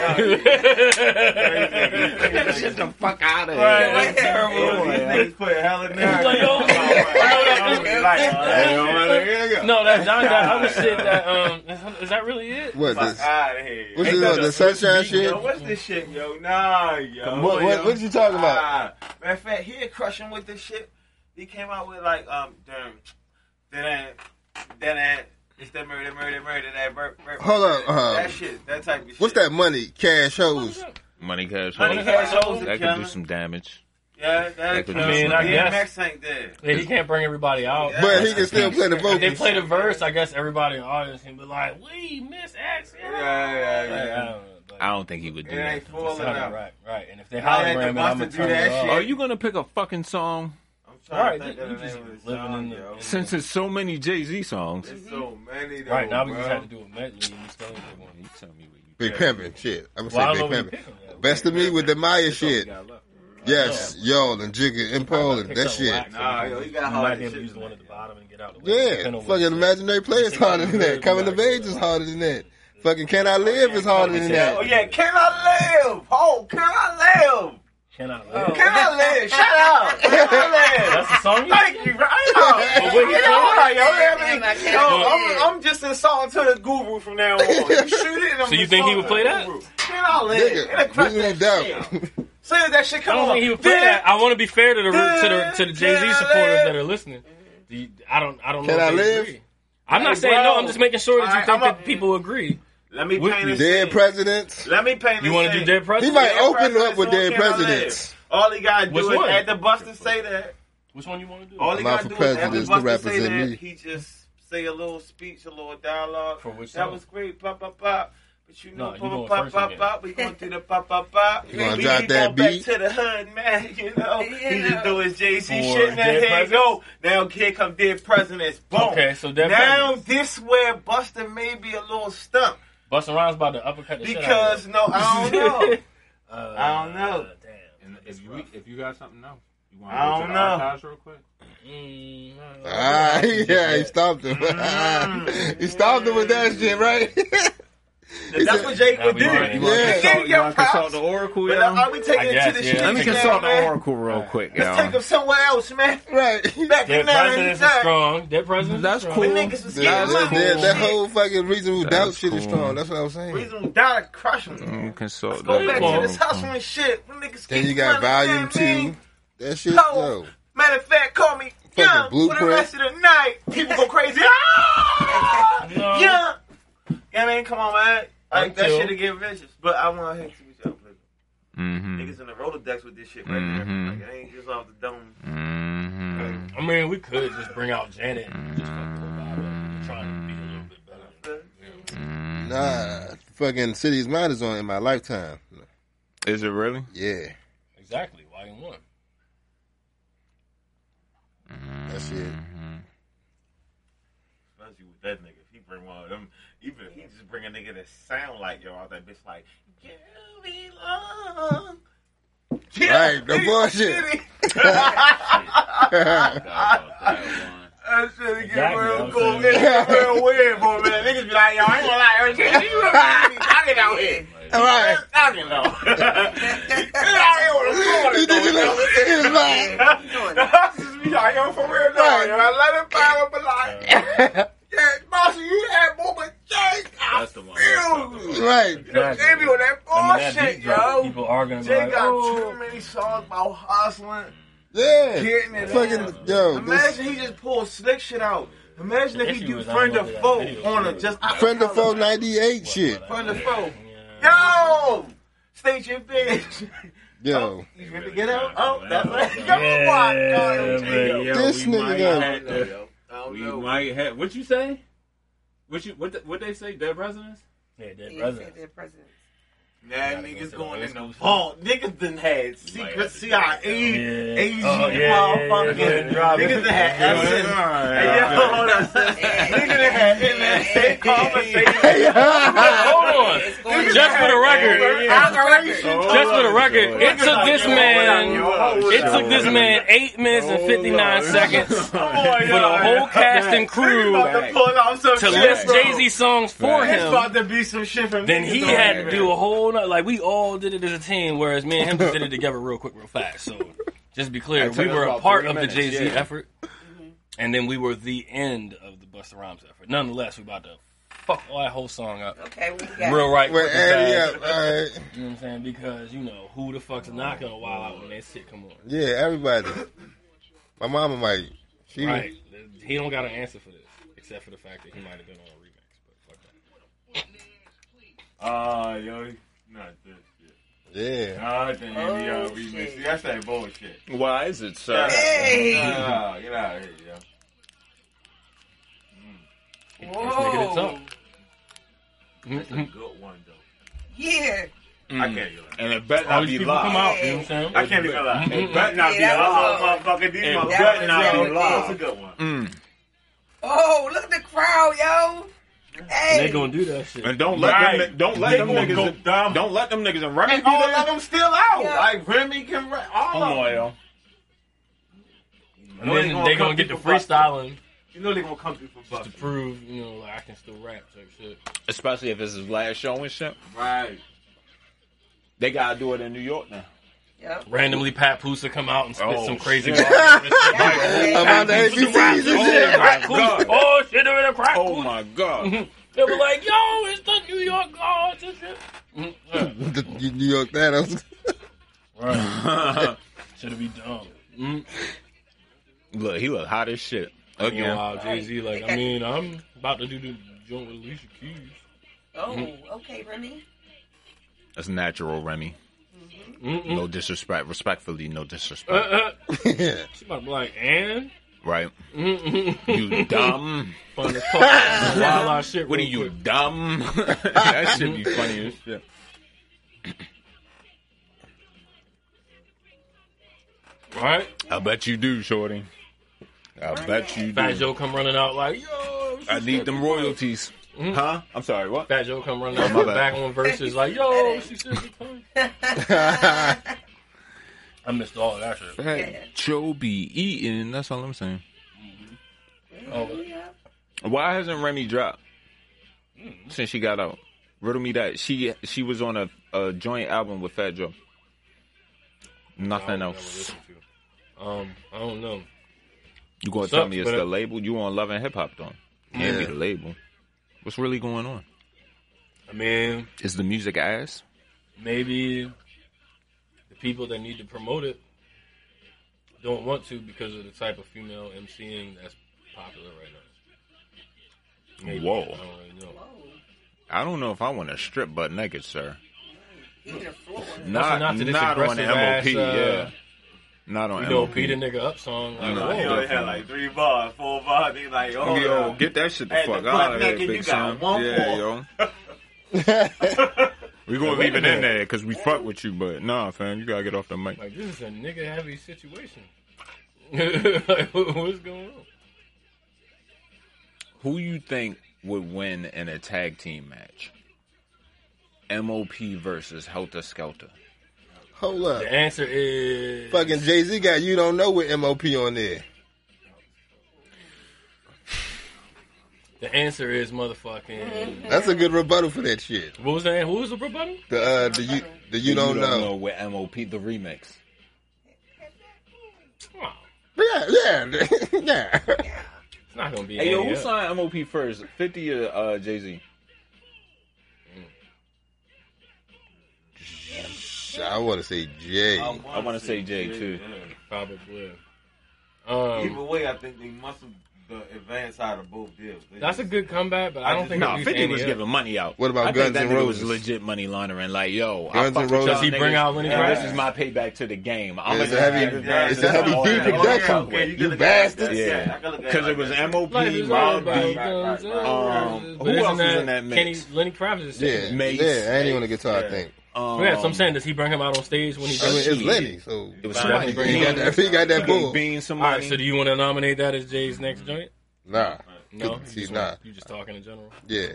Get that shit the fuck out of
Right.
here.
Right there,
Oh,
boy.
these niggas put hella nerve.
like, yo,
oh, Like,
No, that, that, that other shit that, um, is, is that really it?
What
fuck
this?
out of here.
What's
Ain't
this? uh,
that
The sunshine
Yo,
shit.
oh, what's this shit, yo? Nah, yo.
Ah,
What? What?
yo.
What you talking about?
Ah, matter of fact, he a crushing with this shit. He came out with like um, damn, that ain't, that ain't, it's that murder, that murder, that murder, that burp, burp.
Hold
burp,
up,
that-
uh,
that shit, that type of shit.
What's that money? Cash hoes.
Money cash.
Money
hoes.
Cash Hoes
That could
Killer.
do some damage.
Yeah, that.
That
that
could
I mean,
do
I
some
guess-
damage.
Max ain't there.
Yeah, he can't bring everybody out.
But he can still play the
If they
vocals.
play the verse, I guess everybody in the audience can be like, we miss X.
Yeah, yeah,
Like, I
yeah.
don't know, but-
I don't think he would
It
do that.
ain't full
Right,
enough.
right, right. And if they
I had the
hologram it, I'm
monster
gonna
do
turn
that
it off.
shit.
Are you gonna pick a fucking song?
I'm trying
Right,
to think
you
of the
just
name of the
living in
song,
the-
yo.
Since it's so many Jay Z songs.
There's so many though,
Right now, we
bro.
just have to do a medley and we still pick one.
You tell me what you.
Big pimpin', shit. I'm
Well, I
gonna say
don't know
big
if we
pimpin'.
pick them yet.
Best of me with the Maya shit.
got left.
Yes, y'all and Jigga and Paul and that shit.
Nah, yo, you got
You
hard
might
as
be
shit
able to use the
in
one at
there.
the bottom and get out of the way.
Yeah,
Depending on what
fucking
shit.
imaginary play is harder than that. Coming of age is harder than that. Fucking can I live is harder than that.
Oh yeah, can I live? Oh, can I live?
Can I live?
Can I live? Shut up. Can I live?
That's the song. You
Thank you, bro.
But when you
You know
talk-
what, yo, I mean,
Damn, I can't
yo,
do it.
I'm, I'm just insulting to the guru from now on. You shoot it, and I'm
So you think he would play that?
Man, I'll let it. It'll
Nigga,
crush
really
that
doubt.
shit. Soon as that shit
I
come
don't
on,
think he would play that. I want to be fair to the to the to the Jay Z
Can I
supporters
live?
that are listening. Do you- I don't. I don't know.
Can
if
I
they
live?
agree. I'm not
Hey,
saying no.
bro.
I'm just making sure that you
Alright,
think
I'm a-
that people agree.
Let me
With
paint
you.
this.
Dead presidents.
Let me paint
You
this
want to
scene.
do Dead
He
President?
might open
Presidents
up with
on
dead
Can I Live.
presidents.
All he gotta do
Which
is
one?
at the Buster say that.
Which one you want to do?
All he
I'm
got to
out for
do is
presidents
have the
to
Buster say
represent
that.
me.
He just say a little speech, a little dialogue.
For which
that
song?
was great, pop, pop, pop. But you know,
No, you
pop,
going
pop,
first
pop,
again.
pop. We going to do the pop, pop, pop.
You gonna
we
drop
keep
that
on back
beat?
to the hood, man. You know, he
Yeah.
just do his Jay Z
Or
shit. Now
dead
here you
presidents?
go. Now here come dead presidents. Boom.
Okay, so dead
now
presidents.
this where Buster may be a little stumped
Busta Rhymes about to uppercut the shit out of
because
him.
no, I don't know.
Uh,
I don't know.
Damn.
And if you if you got something now, you want
I don't know.
real quick?
Mm, uh,
Ah, yeah, he stopped him. he stopped him with that shit, right?
Mm-hmm. That's what Jake
Nah,
would
we
do.
already-
You want
Yeah.
to consult, you
Your
wanna consult
props.
the oracle,
But uh,
yo?
are we taking
I
it
guess,
to the
yeah.
streets?
Let me
Take
consult
now,
the
man?
oracle real quick,
Let's take
yo.
them somewhere else, man.
right.
Back
Dead
in '99,
presidents is strong. Dead presidents
That's
is strong.
the
cool.
niggas was
That,
getting
That's
that-
money.
that-
and
that
shit.
whole fucking reasonable
That's
doubt shit is
cool.
strong. That's what I'm saying.
Reason Dada crush them.
You Consult
Go
the
back to this
oracle.
hustle and shit. Them niggas
Mm, Then
get
you got
money,
volume
you know what I mean?
two. That shit,
Ho.
yo.
Matter of fact, call me
Fucking
young for the
blueprint.
rest of the night. People go crazy. Ah!
No.
Young. Yeah, man, come on, man. Like, that
Until-
shit'll get vicious. But I want to hit you with y'all. nigga.
Mm-hmm.
Niggas in the Rolodex with this shit right
Mm-hmm.
Mhm.
there. Like, it ain't just off the dome.
Mm-hmm.
I mean, we could just bring out Janet and just fuck the whole vibe up. We're trying to be a little bit better.
Mm-hmm.
Nah, fucking City's Mind is on in my lifetime.
Is it really?
Yeah,
Exactly. Volume one.
that shit.
Especially with that nigga. If he bring one of them, even if he just bring a nigga that sound like y'all, that bitch like, you belong.
Right, no bullshit.
Mm-hmm.
That shit get
Exactly,
real
I'm
cool.
saying.
It get real weird, boy, man. Niggas be like, yo, I ain't gonna lie. Yo, shit, you really be talking out here.
All right.
Talking though. Get out here with a sword,
He
though,
did you
yo.
like City's Mind.
Just be like, yo, for real, though.
Right.
Yo, I let it fire up and like, yeah, bossy, you had more, but Jake, I
the one.
feel you.
Right.
You know, Jay be on that
I mean, that
bullshit,
beat drop,
Oh, yo.
People are gonna be
Jay
like,
got
oh.
too many songs about hustling,
Yeah.
getting it. on.
Fucking, yo. This,
Imagine he just pulled slick shit out. Imagine
That
if he
shit
do
was
friend
on
of
that
foe
video.
on a just
Friend of Foe 98 shit.
friend of foe.
Yeah.
Yo, state your bitch.
Yo.
You ready to get out? Oh, that's right. Yo,
Yeah,
why? Yo,
man,
Jay, yo.
This nigga
I don't know, yo. I
We
don't know.
might have. What you say? What you what the, what they say? Dead presidents?
Yeah, dead
Yeah,
presidents.
the presidents.
Now
gotta go to
niggas
the
going in
West
the
Coast.
vault. Niggas done had
Might
secret E
have to
CIA
Yeah.
agents,
Oh, yeah, yeah, yeah, go ahead
motherfuckers.
and drop it.
Niggas done had
Yeah,
Epson. Hey,
Alright,
yo,
alright.
hold on. Niggas done had
Hey,
NSA
Hey,
conversations.
Hold on.
It's going to
Just for the record,
record.
just for the record, it took this man. It
It
took this man eight minutes and fifty nine seconds for the whole cast and crew to list Jay Z songs for
It's
him.
about to be some shit from
Then
niggas
he
on
had
there.
to do a whole nother, like we all did it as a team, whereas me and him just did it together real quick, real fast. So just be clear,
That took
we
us
were a
about
part
three
of the
minutes,
Jay Z
yeah.
effort, and then we were the end of the Busta Rhymes effort. Nonetheless, we about to fuck all that whole song up
Okay, what we got?
real right,
Well,
quick and
hey,
fast.
yeah, all right.
You know what I'm saying? Because you know who the fuck's not gonna wild out when that shit come on?
Yeah, everybody. My mama might. She
Right? He don't got an answer for this, except for the fact that he might have been on a remix. But fuck that.
Ah, yo, not this shit.
Yeah.
Nah, then
Oh,
any y'all
shit.
remix. That's that bullshit.
Why is it, sir?
Nah,
Hey.
nah, Get out of here, yo.
This nigga to
Whoa.
talk.
That's a good one, though.
Yeah.
Mm.
I can't do it.
And it better
All
not
these
be
people come
live.
out. You know what I'm saying?
I can't even lie. It better not
Yeah,
be a
Mm-hmm. that
lie,
was
motherfucker. These
It
motherfuckers
better
better
not
not
be
be
a lie.
That's a good one.
Mm.
Oh, look at the crowd, yo. Hey.
They gonna do that shit.
And don't let
Right.
them. Don't let
They
them
gonna go
niggas.
dumb.
Don't let them niggas in record
And
do
all of
that.
them still out.
Yeah.
Like Remy can rap. All
Come
of
on,
them.
yo.
And then
They gonna
they
come
gonna get the
through for
freestyling
You know they gonna come through for
just to
bucks.
prove, you know, like I can still rap type shit.
Especially if it's his last show and shit.
Right.
They gotta do it in New York now.
Yep.
Randomly, Pat Pusa come out and spit
Oh,
some crazy
shit.
bars.
About the ABCs and
Oh,
Yeah.
shit.
crack Pusa. Oh, shit, they're in a crack
Oh
Pusa.
my god.
They were like, yo, it's the New York Guards and shit. Mhm. Yeah.
The New York Thanos.
Right.
Look,
Should be dumb. Mm.
he look hot as shit. Again.
Wow, Jay Z. Like, I mean, I'm about to do the joint with Alicia Keys.
Oh,
Mm-hmm.
okay, Remy.
That's natural, Remy.
Mm-mm.
No disrespect. Respectfully, no
Uh,
disrespect.
uh,
yeah.
she about to be like, and
Right?
Mm-mm.
You dumb.
fun as fuck. Wild out shit.
What are
real
you,
quick.
dumb? that should be funny as shit.
Right?
I bet you do, Shorty. I bet you
Fat
do.
Joe come running out like, yo.
I need them royalties. Huh? I'm sorry, what?
Fat Joe come running out
My
the
bad.
back on verses like, yo, she should be funny. I missed all of that shit.
Yeah.
Joe be eating. That's all I'm saying.
Oh,
Yeah.
Why hasn't Remy dropped
Hmm.
since she got out? Riddle me that. She she was on a, a joint album with Fat Joe.
I
Nothing
don't
else.
never listen to. Um, I don't know.
You gonna
Sucks,
tell me it's
but-
the label? You on Love and Hip Hop though? Can't be the label. What's really going on?
I mean,
Is the music ass?
maybe the people that need to promote it don't want to because of the type of female MCing that's popular right now.
Whoa.
I don't really know.
Whoa.
I don't know if I want to strip butt naked, sir.
Even the floor.
Not
not to this
not on the
aggressive
MOP.
ass,
yeah,
uh,
not on
You know,
MOP.
beat a nigga up song. Like,
No,
whoa.
he
They only had like three bars, four bars. They like, oh,
Yo, get that shit the
Hey, the
fuck
butt
out of here,
naked,
big
you got
Sam.
one
Yeah,
more.
yo. We gonna
Wait
leave
a
it in
minute.
there because we fuck with you, but nah, fam, you gotta get off the mic.
Like this is a nigga heavy situation. like, what- what's going on?
Who you think would win in a tag team match? MOP versus Helter Skelter.
Hold up.
The answer is
Fucking Jay Z got you don't know with MOP on there.
the answer is motherfucking.
That's a good rebuttal for that shit.
What was that? Who was the rebuttal?
The uh, the you the you don't know.
with MOP the remix.
Oh,
Yeah, yeah, yeah.
it's not gonna be.
Hey yo,
any
who
up.
signed MOP first? Fifty or uh, Jay Z?
So I want to say Jay.
I wanna say Jay, too.
yeah.
Probably.
Either
Um,
Oh.
way, I think they must have the advance side of both deals. They
That's a
just-
good comeback, but I,
I
don't
just-
think
No,
it used
Fifty
any
was
up.
giving money out.
What about
I think
Guns
that
N'
nigga was
Roses?
legit money laundering. Like, yo, I
Guns N'
fuck with y'all
Roses. Does
he bring
niggas,
out Lenny
and
Kravitz?
This is my payback to the game. I'm
It's a heavy,
yeah,
it's
yeah,
a heavy
yeah, Oh,
beat
yeah,
production.
okay,
you
look at
bastards.
that.
Yeah.
I can look at
because it
like
was
that.
MOP,
Like, it's all
Mob
about
Deep,
guns,
right, right,
um,
but
who
isn't
else was in that
Kenny,
mix?
Lenny Kravitz is
Yeah,
singing.
Mace.
yeah, and he on a guitar
Yeah.
thing.
Um,
yeah, so I'm saying, does he bring him out on stage when he
I mean,
does?
it's Lenny, so
It was
he
somebody.
Definitely
got that. He got that bull.
Being
All right,
somebody.
so do you want to nominate that as Jay's next joint?
Nah,
No,
He's
You just-
not.
You just talking in general.
yeah.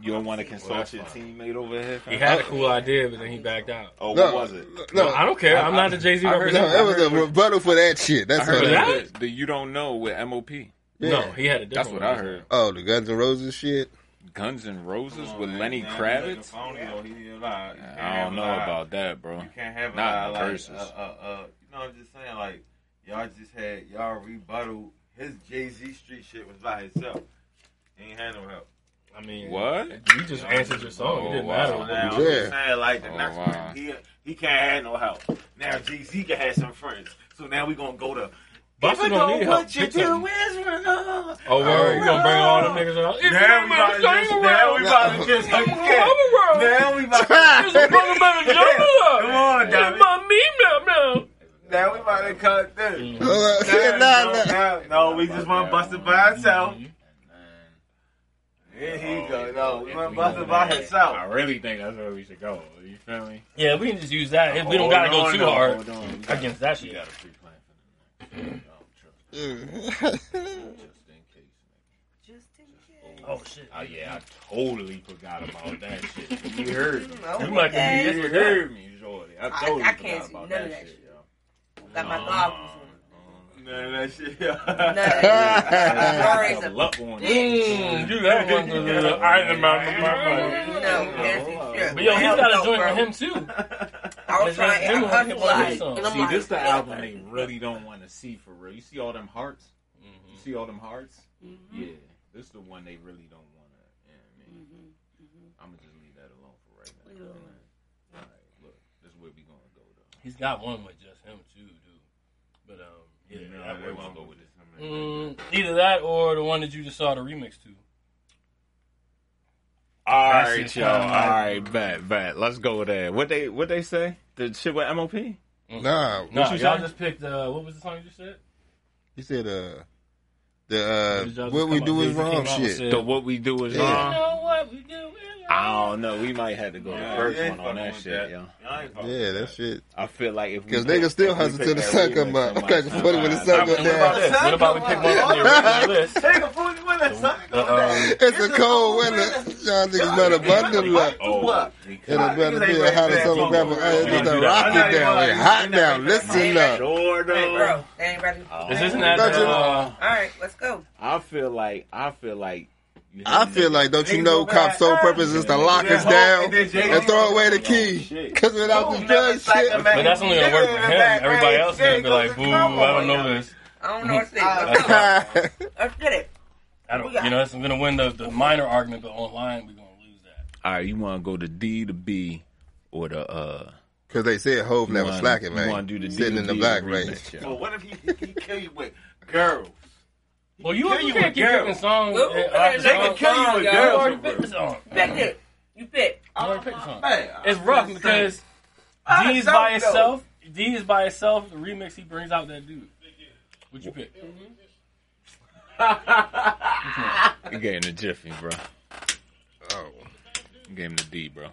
you don't want to consult your teammate over here?
He had a cool idea, but then he backed out.
Oh,
No,
what was it?
No,
I don't care. I'm not the Jay Z
I heard
no,
that.
representative.
it was a rebuttal for that shit. That's
I
all
heard
For
that.
that?
that. The, you don't know with MOP.
Yeah.
No, he had a different.
That's what
one.
I heard.
Oh, the Guns N' Roses shit.
Guns and Roses
Come
with
on,
Lenny
man. He's
Kravitz.
a phony, though. He ain't alive. You can't
I
have
don't
a
know
lie.
about that, bro.
You can't have a
Not
lie
in the
like
verses.
uh, uh, uh, you know. I'm just saying, like y'all just had y'all rebuttal. His Jay Z street shit was by himself. He ain't had no help.
I mean,
What?
You just answered your song. it
Oh,
didn't
wow.
Now,
matter.
Yeah.
I'm just saying, like the
Oh,
next
wow.
one, he he can't have no help. Now Jay Z can have some friends. So now we gonna go to.
Busta
Even
don't
though
need help.
what you
Pick
do
something.
is run on.
Oh, word. You gonna bring all them
run.
niggas out?
Now we about to just, now we about to just,
I'm
look at-
around.
now we about to just, Come on, David. Now we about to cut this.
Mm.
Uh,
No,
nah,
no,
nah.
no, no, we just want Buster by itself. There he go. No, we want Buster by
I
himself.
really think that's where we should go. You feel me?
Yeah, we can just use that. If we
Oh,
don't gotta go too hard
Hold on.
against that shit.
Free plan for the night. No, trust- Just in case.
Just in case.
Oh shit.
Oh yeah, I totally forgot about that shit. You heard me.
You might
Okay.
be.
You heard me, Jordy. I
I-
totally
I can't
forgot
see
about
none
that,
of that
shit,
shit.
yo.
Got my goggles on.
None of that shit.
None of that shit. Stories of
Double up on it.
Mmm, you that one. I ain't about
No,
to
nasty shit.
Oh. But yo, he's got
No,
a joint
bro.
with him too.
I was
It's not
trying
him
to
on hip-hop
hustle
song.
and I'm
See,
like,
this the
no.
album they really don't want to see for real. You see all them hearts? You see all them hearts?
Mm-hmm.
Yeah. This the one they really don't want to. Yeah, I mean, I'm going to just leave that alone for right now.
Mm-hmm. Leave it alone.
All right, look. This is where we going to go, though.
He's got one with just him too, dude. But um, yeah,
You know,
that
they
works.
want to go with this.
Mm, either that or the one that you just saw the remix to.
All
That's
right,
just
y'all.
kinda
All
like-
right, bet, bet. Let's go with that. What they, what they say? The shit with MOP?
Nah,
No,
you
y'all
say?
just picked. Uh, what was the song you just said?
he said uh, the
Y'all
uh,
just
what we
come
do
out-
is
Jay-Z
wrong
came out and
shit.
said,
The what we do is
Yeah.
wrong.
know what we do.
I don't know. We might have to go to the
Yeah,
first
you ain't
one on
fucking
that
with
shit,
that.
yo.
Y'all ain't fucking
Yeah,
with
that shit.
I feel like if we
Because
pick-
niggas still
if we
hustle
pick
till the
that
sun
remix,
come up. I'm
somebody-
catching funny when the sun go
And what about
down.
this? What about we pick one from the original list?
Take a fool with us, son.
The, uh,
It's a cold winter. Y'all niggas better bundle luck.
Oh, what?
It'll better be a hot as summer grab. It's just a rocket down. It's hot now. Listen up.
Sure,
Hey,
though.
bro, they ain't ready.
Oh. Is
They ain't
this not
Don't
ready.
you-
uh,
All right, let's go.
I feel like I feel like you
I
have
feel
niggas-
like, don't you know, cop's sole purpose is to lock us down and throw away the key. Because without the drug shit.
But that's only gonna work for him. Everybody else is gonna be like, "Boo, I don't know this."
I don't know what's this.
Uh,
Let's, go.
I
let's get it.
I don't. You know, that's gonna win the, the minor argument, but online we're gonna lose that.
All right, you want to go to D to B or the uh?
Because they said Hove
you
never
wanna-
slacking,
you
man.
wanna do the D
Sitting
to
in the
B
black
remix,
range.
yo.
Well, what if he, he, he kill you with girls?
Well, you,
Kill
you
you
can't
with
keep
girls.
picking songs.
Well,
uh,
well,
after
they
can
song.
kill you with
You
girls,
already
bro.
picked the song.
Back it. You fit.
You already picked the song.
Man,
It's rough because
I
D's
don't
by
know.
itself. D is by itself. The remix he brings out that dude. What you pick?
You gave him the jiffy, bro.
Oh.
You gave him the D, bro.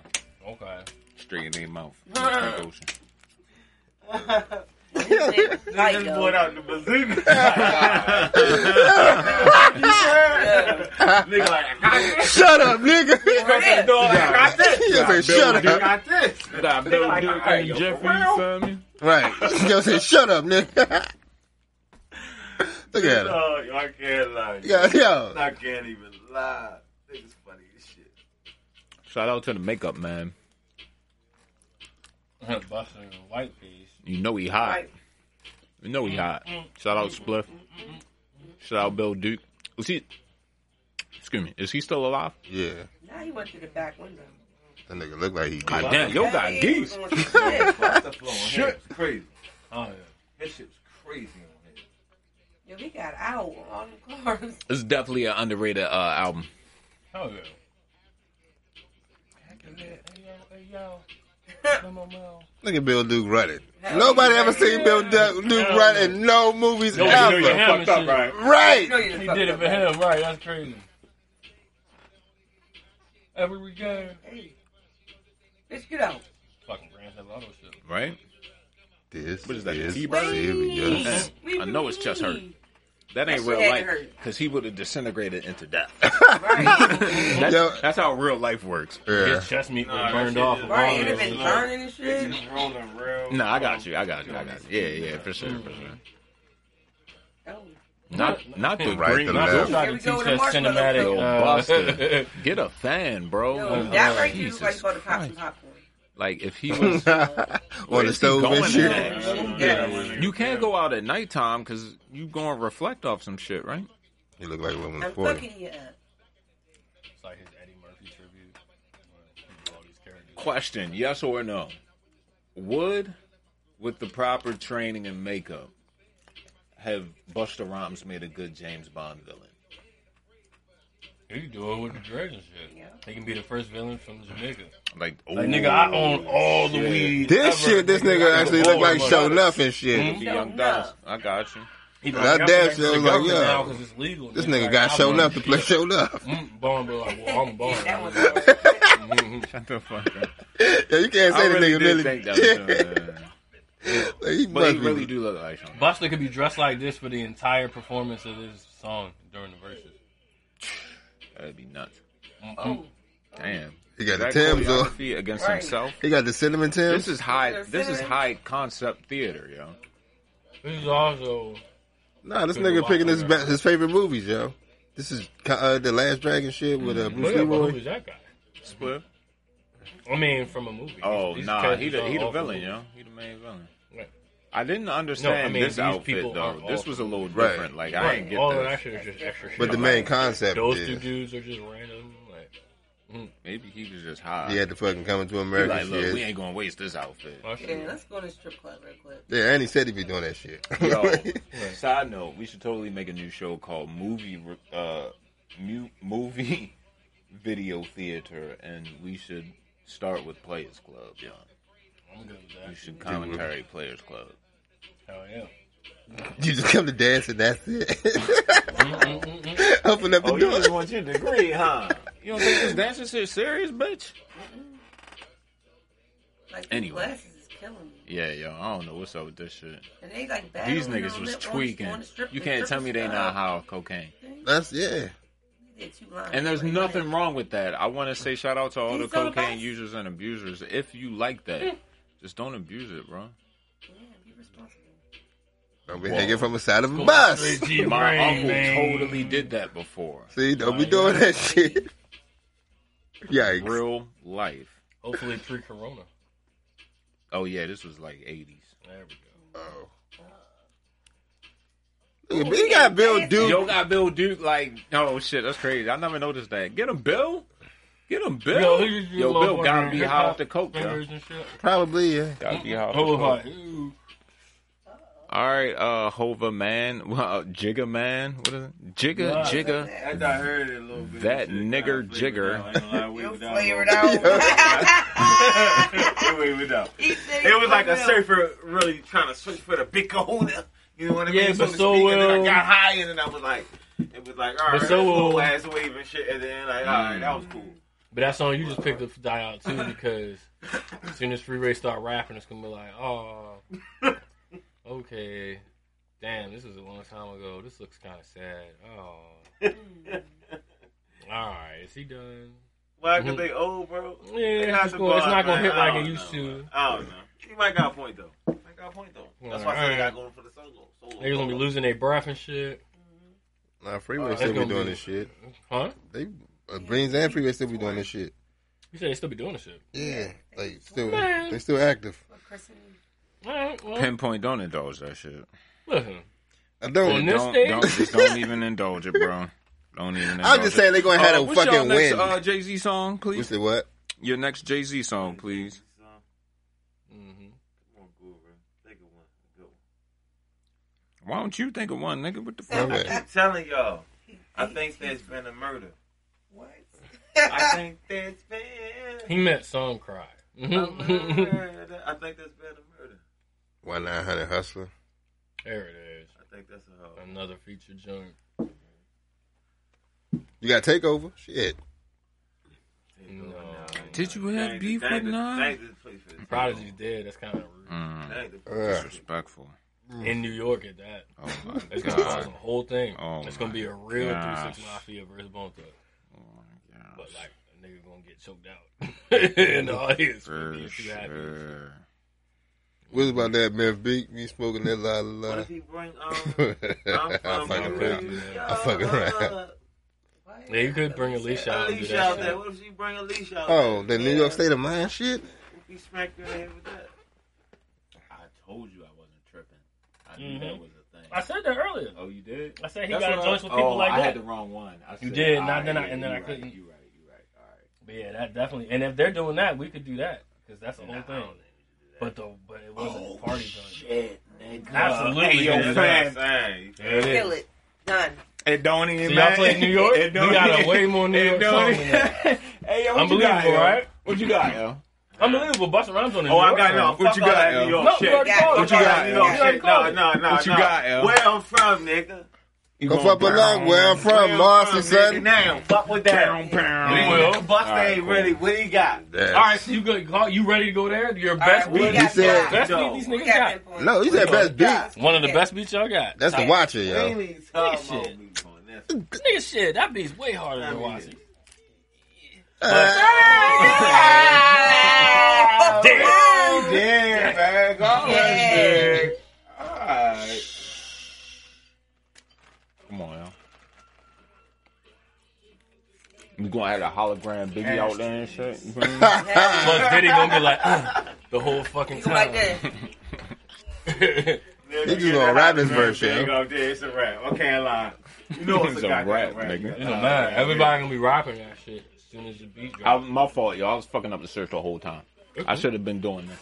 Okay.
Straight in their mouth. Frank Ocean.
This
Light,
boy
yo.
out the bazooka. Nigga like, I got this.
Shut up, nigga.
It is.
Dog, I got this.
You say shut
I
up.
got this.
Got
Bill Duke and Jeffrey, you
feel me?
Right. You say shut up, nigga. Look at him.
Dog, I can't lie.
Yeah, yo.
I can't even lie. Niggas funny as shit.
Shout out to the makeup man.
Buster and White Face.
You know he hot.
Right.
You know he hot. Shout out Spliff. Shout out Bill Duke. Is he? Excuse me. Is he still alive?
Yeah.
Now he went through the back window.
That nigga look like he
God
good.
damn, yo got
Hey,
geese.
on some shit.
Buster flow on him.
Shit.
is crazy.
Oh yeah.
That shit's crazy on him.
Yo, we got out on cars.
It's definitely an underrated uh, album.
Hell yeah. Hey, yo, hey, yo. Lil Mo.
Look at Bill Duke running. Nobody ever seen Bill Du- Duke run in no movies
Yo,
ever.
you know your ham and shit.
Right.
No, you
He
didn't fuck
did it
up,
for
man.
him, right? That's crazy. Every regard.
Hey. Bitch, get out.
Fucking Grand Theft Auto shit.
Right?
This
What is that,
is
T-Bird?
serious.
We-
I know it's chest hurt. That ain't
That
real
shit
life.
hurt.
Because he would have disintegrated into death.
Right.
That's,
Yo.
that's how real life works.
Yeah.
His chest meat was
Nah, that
burned
shit
off.
is-
of
right.
all
It
that
have been
shit.
burning and shit.
It's rolling real.
No, I got you. I got you. I got you. Yeah, yeah, for sure. For sure.
Oh.
Not, not the
Right
green.
to
Not
left.
the,
Try
Here
to
we
teach
go with the
us
marshmallow
Yo,
cinematic.
Busta.
Uh,
get a fan, bro. Oh,
Yo, that right there is why you
Jesus
call the cops
Christ.
popcorn.
Like if he was Where
On the
is he
stove
going
and shit.
at?
Yeah.
You can't go out at nighttime because you going to reflect off some shit, right?
He look like William
I'm
Porter.
fucking you up.
It's like his Eddie Murphy tribute. where he do all these characters.
Question: Yes or no? Would, with the proper training and makeup, have Busta Rhymes made a good James Bond villain?
He can do it with the dreads and shit.
Yeah.
He can be the first villain from Jamaica.
Like,
Like,
ooh,
nigga, I own all the
shit.
weed.
This
ever,
shit, this nigga
I
actually
own
look like
all
Show
the money.
Enough and shit.
If
Mm-hmm.
you young dollars, I got you.
He
That
y'all
damn
back to
shit
the
was like,
government
yeah.
now 'cause it's legal.
This
And
nigga
like,
got
I
Show
run
Up to
this
play
shit.
Show Up.
Mm, Bond, bro, like,
Oh,
well, I'm Bond.
That was
Mm-hmm.
Shut the fuck up.
Yeah, you can't
I
say
really
the nigga
did think that was
really.
uh,
Like, he
But
must
he really
be.
do look like him.
Buster could be dressed like this for the entire performance of this song during the verses. Mm-hmm.
That'd be nuts.
Oh,
Damn.
He got the
That
Tim's on.
choreography against
Right.
himself.
He got the cinnamon
This
Tim's.
is high.
They're
This is
finished.
high concept theater, yo.
This is also
Nah, this
Could've
nigga
walked
picking his
over.
ba- his favorite movies, yo. This is uh, the Last Dragon shit with
Mm-hmm.
uh, Bruce
yeah, but who
Leroy.
is that guy?
Split.
I mean, from a movie.
Oh
These
nah,
characters
he the
aren't
he the
all from
villain,
movies.
yo. He the main villain.
Right.
I didn't understand
No, I mean,
this
these
outfit
people
though.
aren't
This
all-
was a little
Right.
different. Like I
Right.
didn't get
all
this.
that actually is just extra shit.
But the
Like,
main concept
Those two
is
dudes are just random. Like,
Maybe he was just high.
he had to fucking come into
He
America.
like, look,
shit.
we ain't gonna waste this outfit.
my shit.
yeah, let's go to the strip club real quick.
Yeah, and he said he'd be doing that shit.
Yo, side note, we should totally make a new show called Movie Re- uh, mu- Movie Video Theater, and we should start with Players Club, yo.
I'm good with
We should
that.
commentary Players Club.
Hell yeah.
you just come to dance and that's it.
Mm-mm-mm-mm.
Open up the
Oh, you
door.
just want your degree, huh? You don't take this dancing shit serious, bitch?
Like,
Anyway.
anyway. glasses is killing me.
Yeah, yo, I don't know what's up with this shit.
And they like
These
battling
niggas
on
was
the- on the- on
tweaking.
the strip-
You
the
can't
strip
tell me they not
club.
high off cocaine.
That's yeah.
They're too lying.
And there's
Like,
nothing
man.
wrong with that. I want to say shout out to all the
He's so
cocaine
nice.
users and abusers. If you like
Eh.
that, just don't abuse it, bro.
Yeah, be responsible.
Don't be
Whoa.
hanging from the side of a bus.
Straight G
My
brain,
uncle
man.
totally did that before.
See, don't be doing that shit. Yikes.
Real life.
Hopefully pre-corona.
Oh yeah, this was like eighties.
There we
Oh. Look at He got Bill Duke.
Yo got Bill Duke like oh shit, that's crazy. I never noticed that. Get him Bill. Get him Bill.
go.
Yo, Bill gotta be high off the coke, yo.
Fingers and shit.
Probably, yeah.
Gotta be high off the
Oh,
coke.
like, ooh.
All right, uh, Hova Man, uh, Jigga Man, what is it? Jigga,
Nah.
Jigga,
After I heard it a little bit.
That
shit,
nigger
I flipped it
jigger.
out. I ain't gonna lie, we
You
was down a
flavored
little
out.
bit. We was down.
He said he
It was like a
flavored out.
surfer really trying to switch for the big kahuna. You know what I mean?
Yeah, but
to
so
speak, and then
will-
I got high and then I was like, it was like, all right,
But so will-
cool ass wave and shit. And then like, all right, that was cool.
But that song you just picked up die out too because as soon as Free Ray start rapping, it's gonna be like, oh, okay, damn, this is a long time ago. This looks kind of sad. Oh, all right, is he done?
Why? Cause
Mhm.
they old, oh, bro.
Yeah,
They
it's,
got the
gonna, it's
bars,
not gonna
man.
hit
I
like it
don't
used
know.
to.
I don't know. He might got a point though. He might got a point though. That's why I said he
Alright.
got going for the solo. solo.
They're gonna be losing their breath and shit,
Nah, Freeway
Uh,
still
it's
be
gonna
doing
be-
this shit.
huh?
They uh, Breens and Freeway still be doing this shit.
You said they still be doing the shit.
Yeah, like still,
Man.
they still active.
But Chris and-
All right, well,
Pinpoint, don't indulge that shit.
listen,
I don't.
Don't,
On this stage?
don't, just don't even indulge it, bro. Don't even. Indulge
I'm just saying
it.
they're gonna have a
Oh, what's y'all
fucking
next
win.
uh, Jay Z song,
we
please?
said what?
Your next Jay Z song, please.
hmm Mm-hmm.
Come on, Guru. Take a one. Go.
Why don't you think of one, nigga? What the
My
fuck?
bad.
I'm telling y'all, I think there's been a murder.
What?
I think there's
He
been
meant song cry.
a
Mm-hmm.
murder. I think there's been a murder.
One nine hundred hustler.
there it is.
I think that's a hoe.
Another feature joint.
You got takeover. Shit.
No.
Did you have beef with Nas?
Prodigy's dead. That's kind of rude.
Mm,
Ugh.
disrespectful.
In New York at that.
Oh my
It's going to cause a
Mm. god.
whole thing.
Oh
it's going to
my
be a real
gosh.
3-6 Mafia versus Bone Thugs.
Oh my gosh.
But, like, a nigga going to get choked out in the audience. for
For
being too happy.
sure.
What about that Meth Beak? Me smoking that la la.
What
la.
if he bring um?
I
I'm from
fucking
New
around.
York.
I fucking around.
What?
Yeah, you could bring Alicia out and do
Alicia out
that.
there.
shit.
What if she bring Alicia out
Oh,
there?
the New York State of Mind shit.
He smacked her in the head with that.
I told you I wasn't tripping. I knew
Mhm.
that was a thing.
I said that earlier.
oh, you did?
I said he
That's
got
what
in joints
I-
with people
oh,
like
I
that.
had the wrong one. I
You
said,
did,
all
not- then I-
yeah,
and then
you
I
right,
couldn't.
You right, you right. All right.
But yeah, that definitely. And if they're doing that, we could do that because that's the whole thing. But the but it wasn't a party joint.
Shit, nigga.
Absolutely,
Hey, yo,
yeah,
fam.
There it is.
Kill it. Done.
It don't even
So y'all
matter.
play New York?
It don't
We got a
even-
way more New
it
York
don't
song
even-
than that.
Hey, yo, what you got,
Unbelievable,
yo?
right?
What you got, yo?
Unbelievable. Busta Rhymes on the
Oh,
New
I
York
got
song.
no. What you
Fuck all
got,
that New
yo?
York
No,
shit.
we already
What
called
What
it.
you got,
New
yo?
York
Yeah,
shit.
call
No,
it.
no, no.
What you
no.
got, yo?
Where I'm from, nigga.
You
Go
gonna
fuck along
burn.
where
Where
I'm from,
I'm
Marcy,
nigga.
son.
Now, fuck with that.
Pound, pound.
We will.
Busta ain't really. What he got?
That's-
All right, so you go, call, you ready to go there? Your best
right,
beat.
we
got that.
best beat
Yo.
these
We
niggas
got
got.
that point.
No, you said best beat.
Yes.
One of the
Yeah.
best beats y'all got.
That's the watcher, yo.
We ain't talking
Shit.
about me going there.
Nigga, shit, that beat's way harder
I
than
mean,
Watson.
Uh,
Ah!
Damn.
Yeah, man. Go on,
Yeah.
man. Alright. Come on, yo. You gonna add a hologram Biggie out there and shit? You feel me?
Plus, Diddy gonna be like "Uh," the whole fucking
You like
time.
that?
He just gonna rap his verse,
There you
yo.
go. There, it's a rap. I can't lie. You know it's,
It's
a,
a
goddamn
rap,
rap,
nigga.
yo.
It
It don't matter. Everybody gonna be rapping that shit as soon as the beat
I,
drops.
my fault, yo. I was fucking up the search the whole time. I should have been doing this.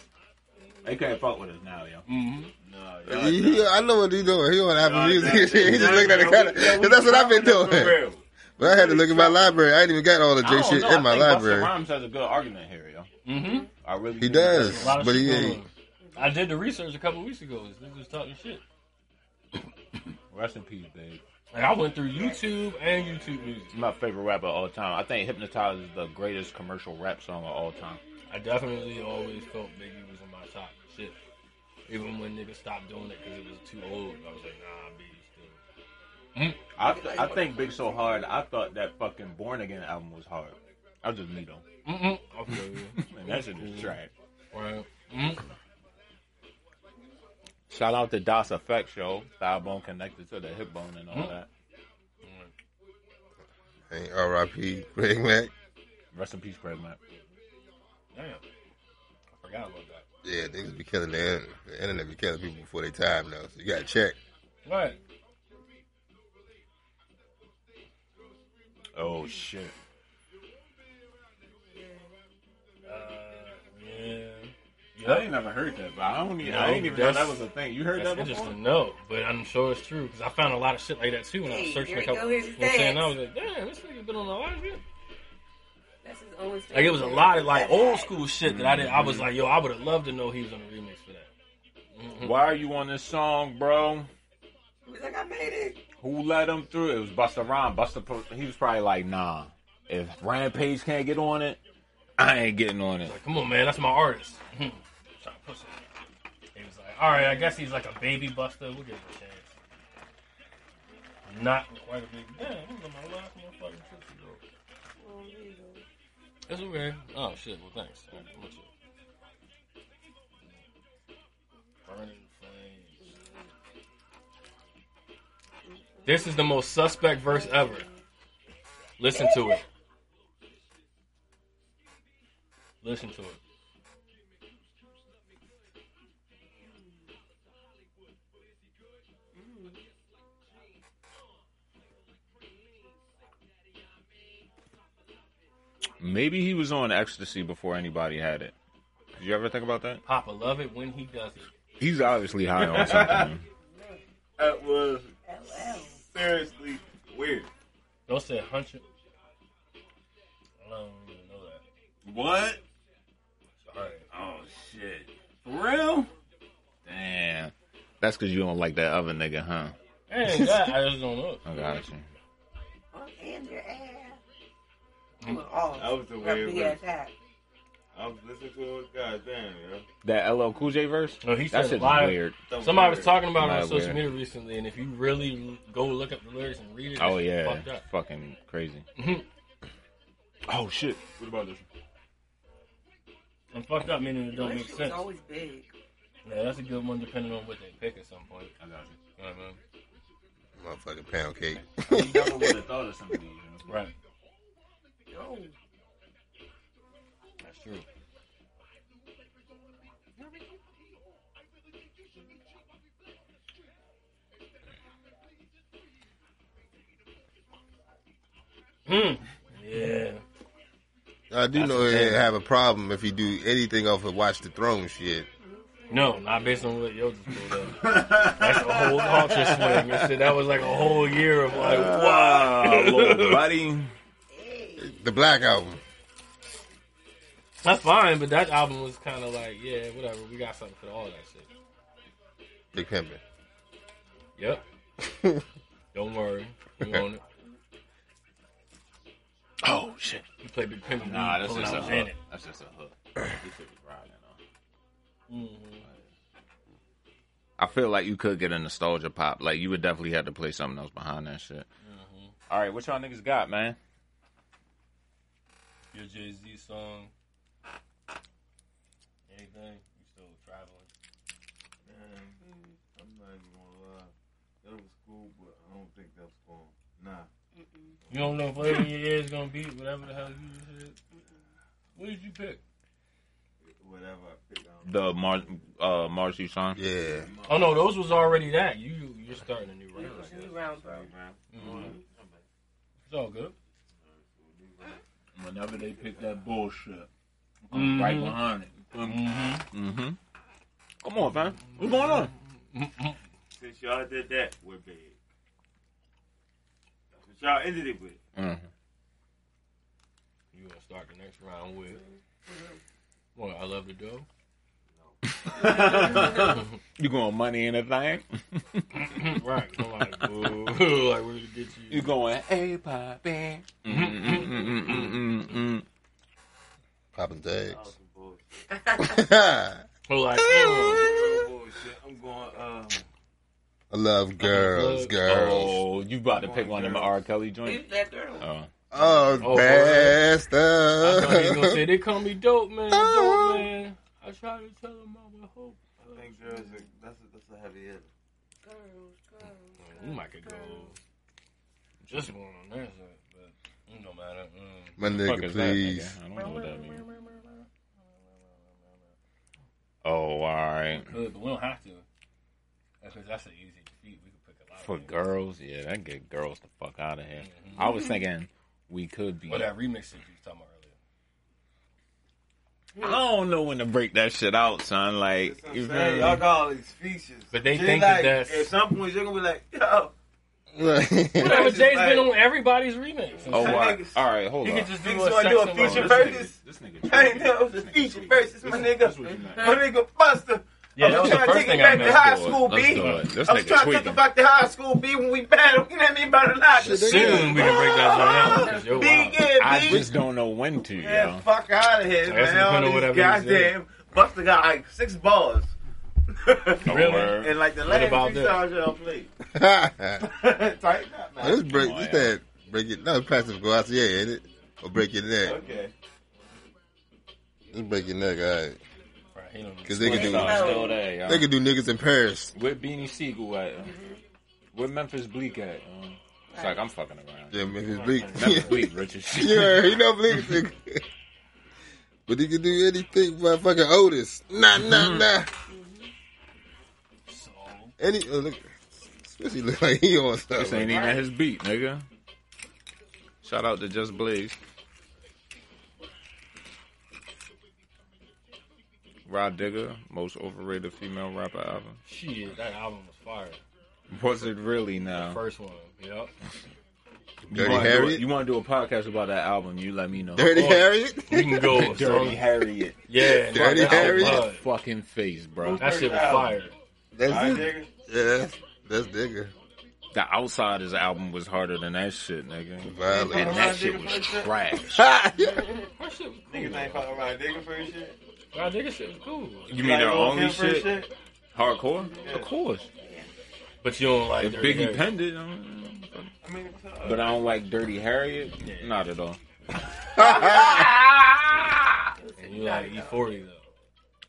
They can't fuck with us now, yo.
Mm-hmm.
He- he- I know what he doing. He on Apple
Nah,
Music
nah,
and shit.
nah,
He just looking at the
nah,
counter.
we- yeah, we
'Cause that's what I've been
fucking for
doing.
real.
But I had to look at my library. I ain't even got all the J
I don't
shit
know.
in
I
my
think Busta
library.
Rhymes has a good argument here, yo.
Mm-hmm.
I really
He
do.
does,
A lot of
but
shit
he
going
ain't.
on. I did the research a couple weeks ago. This nigga was talking shit.
Rest in peace, babe.
Like I went through YouTube and YouTube Music.
My favorite rapper of all time. I think Hypnotize is the greatest commercial rap song of all time.
I definitely always felt Biggie was in my top shit. Even when niggas stopped doing it because it was too old, I was like, nah, Biggie's still.
I, I think Big So Hard, I thought that fucking Born Again album was hard. I was just me though.
Mm-mm. I feel you.
Man, that shit is trash.
Right. Mm-mm.
Shout out to Das Effect Show. Thigh bone connected to the hip bone and all that.
Ain't R.I.P. Greg Mac.
Rest in peace, Craig Mack.
Damn. I forgot about that.
Yeah, niggas be killing the internet. The internet be killing people before they time now. So you gotta check.
Right.
Oh shit.
Uh, yeah.
I ain't never heard that, but I don't. Even, I
No,
ain't even know that
that's-
was a thing. You heard
That's
that before?
interesting. No, but I'm sure it's true because I found a lot of shit like that too when I was
Hey,
searching.
there you
a couple,
go, here's
you
his
know what I'm saying? I
dance.
was like, damn, this nigga been on a lot of shit.
That's his own story.
Like it was a lot of like old school shit that I did. I was like, yo, I would have loved to know he was on the remix for that.
Why are you on this song, bro?
He was like, I made it.
Who let him through? It was Busta Rhymes. Busta, pro- he was probably like, nah. If Rampage can't get on it, I ain't getting on it.
Like, come on, man, that's my artist. Trying to push it. He was like, all right, I guess he's like a baby buster. We'll give him a chance. Not quite a big. Damn, this is my last motherfucking trip to go.
Oh, there you go.
It's okay. Oh shit. Well, thanks. All right, I'm with you. Burning flames. This is the most suspect verse ever. Listen to it. Listen to it.
Maybe he was on ecstasy before anybody had it. Did you ever think about that?
Papa love it when he does it.
He's obviously high on something.
Uh, was
LL.
seriously weird.
Don't say hundred. I don't even know that.
What?
Sorry.
Oh shit. For real?
Damn. That's because you don't like that other nigga, huh?
Ain't that? I just don't know.
I got you.
Oh, and your ass. I'm in awe.
That was a
Rub
weird
me
one.
ass out.
I was listening to it. God damn, yo.
That LL Cool J verse?
No, he
That
said a
shit's
lot. of-
weird.
That was
Somebody
weird.
was talking about it on
Nah,
social
weird.
media recently, and if you really go look up the lyrics and read it,
Oh
it's
yeah,
fucked up.
fucking crazy.
Mhm.
oh shit.
What about this? one? And fucked up meaning it don't
Wish
make
was
sense.
always big.
Yeah, that's a good one depending on what they pick at some point. I got you. know what I mean?
Motherfucking pound cake.
You never would have thought of something. You know?
Right.
No.
That's true. Hmm. Yeah.
I do
That's
know
the
he'd
thing.
have a problem if he do anything off of Watch the Throne shit.
No, not based on what yo just pulled up. That's a whole culture swing. That shit- That was like a whole year of like,
Wow, little
wow.
buddy.
The Black Album.
That's fine, but that album was kind of like, yeah, whatever. We got something for all that shit.
Big Pimpin'.
Yep. Don't worry. You own it.
Oh shit.
You play Big Pimpin'.
Nah, that's just a hook.
Janet.
That's just a hook. He should be riding on.
Mm-hmm.
I feel like you could get a nostalgia pop. Like you would definitely have to play something else behind that shit.
Mm-hmm.
All right, what y'all niggas got, man?
Your Jay Z song. Anything? You still traveling?
Man, I'm not even gonna lie. That was cool, but I don't think that's going. Nah.
You don't know what in your ear is gonna be, whatever the hell you said. Mm-hmm. What did you pick?
Whatever I pick, I
The
don't
Mar uh Marcy song.
Yeah.
Oh no, those was already that. You you're starting a new
It
round.
was
I guess.
new round, bro.
Mhm. It's all good.
Whenever they pick that bullshit, I'm
Mhm.
right behind it.
Mm-hmm.
Mm-hmm. Come on, man. What's going on?
Mm-hmm.
Since y'all did that, we're big. That's what y'all ended it with.
Mm.
You gonna start the next round with? What I love the dough.
Mm-hmm. You going money in a thing?
right. I'm like, boo. like where to get
You
you?
going hey poppin'? Mm-hmm. Mm-mm-mm-mm-mm-mm-mm.
Popping
That was
tags.
some bullshit.
I
Or like, oh.
That was bullshit. I'm going, um,
love girls,
Look.
girls.
Oh, you about to pick one of my R. Kelly joints?
Leave that girl.
Oh.
Oh,
Oh, I thought he was gonna
bastard.
say they call me dope man, dope man. I try to tell them I would hope.
I think girls are, that's a, that's a heavy hitter.
Girls, girls.
We might could go just one on there, so, but it don't matter. Mm.
My
Fuck
nigga,
is that,
please.
nigga? I don't know what that means. Oh, all right.
Good, but we don't have to. Because that's an easy defeat. We could pick a lot.
For
of
girls, yeah, that get girls the fuck out of here. I was thinking we could be.
Or that remix that you was talking about earlier.
I don't know when to break that shit out, son. Like,
That's what
you
I'm
feel
saying.
me?
Y'all got all these features.
But they
Shit
think that
like,
that's-
At some point, you're going to be like, yo,
Right.
Whatever,
Just
Jay's
like-
been on everybody's remix.
Oh, wow.
Niggas-
all right, hold
You
on.
could just do
niggas
a,
wanna do a
sex
feature
along.
verse?
Oh, This nigga, this nigga
I ain't know it was a feature versus my nigga. My nigga Buster.
Yeah,
I'm
that was the
trying to take
first
it
thing I
back to high
meant.
it.
school,
Let's
B.
do it. This
I was
nigga
trying to take
tweaking.
it back to high school, B, when we battle. You know what I mean? By the logic.
Soon we can break that joint out. 'cause you're
B,
wild.
yeah,
I
B.
just don't know when to,
Man,
yo.
fuck out of here,
I guess it
man.
depend on
All
what
these
that means, yeah.
goddamn Buster got like six bars.
Really?
word.
and like the last
about
three
this?
songs y'all played.
Let's
Tighten up, man.
break
Come on,
this
yeah.
that break it no it's passive grass, yeah, ain't it? Or break your neck.
Okay.
Let's break your neck, alright.
Right, he don't-
Cause they could
Niggas
do
are still there,
they
yo.
could do niggas in Paris.
Where Beanie Siegel at? yo? Where Memphis Bleak at? yo? It's like I'm fucking around.
Yeah, Memphis Bleak.
Memphis Bleak, Richard.
yeah, he don't believe it. nigga. But he can do anything, motherfucking Otis. Nah, nah, nah.
So,
Any oh, look, especially look like he on
This
something.
ain't even his beat, nigga. Shout out to Just Blaze. Rod Digger, most overrated female rapper ever.
shit, that album was fire.
Was it really now?
First one. Yep.
You
Dirty
wanna do a-
Harriet?
You want to do a podcast about that album? You let me know.
Dirty
Oh.
Harriet?
We can go. as long
Dirty
as-
Harriet.
Yeah.
Dirty
fuck that
Harry.
blood.
Fucking face, bro.
That shit was fire.
That's it.
nigga.
Yeah, that's, that's digger.
The Outsiders album was harder than that shit, nigga.
Violated.
And that shit was trash.
That shit was cool.
Niggas ain't fucking around digging for this shit.
Nah, nigga shit was cool.
You mean the
Like, on
only
him for his
shit? Hardcore? Of course.
But you don't like
If
Dirty
Biggie
Harry.
penned it, I don't-
I mean, it's, uh,
but I don't like Dirty Harriet. Not at all.
You like E40 though.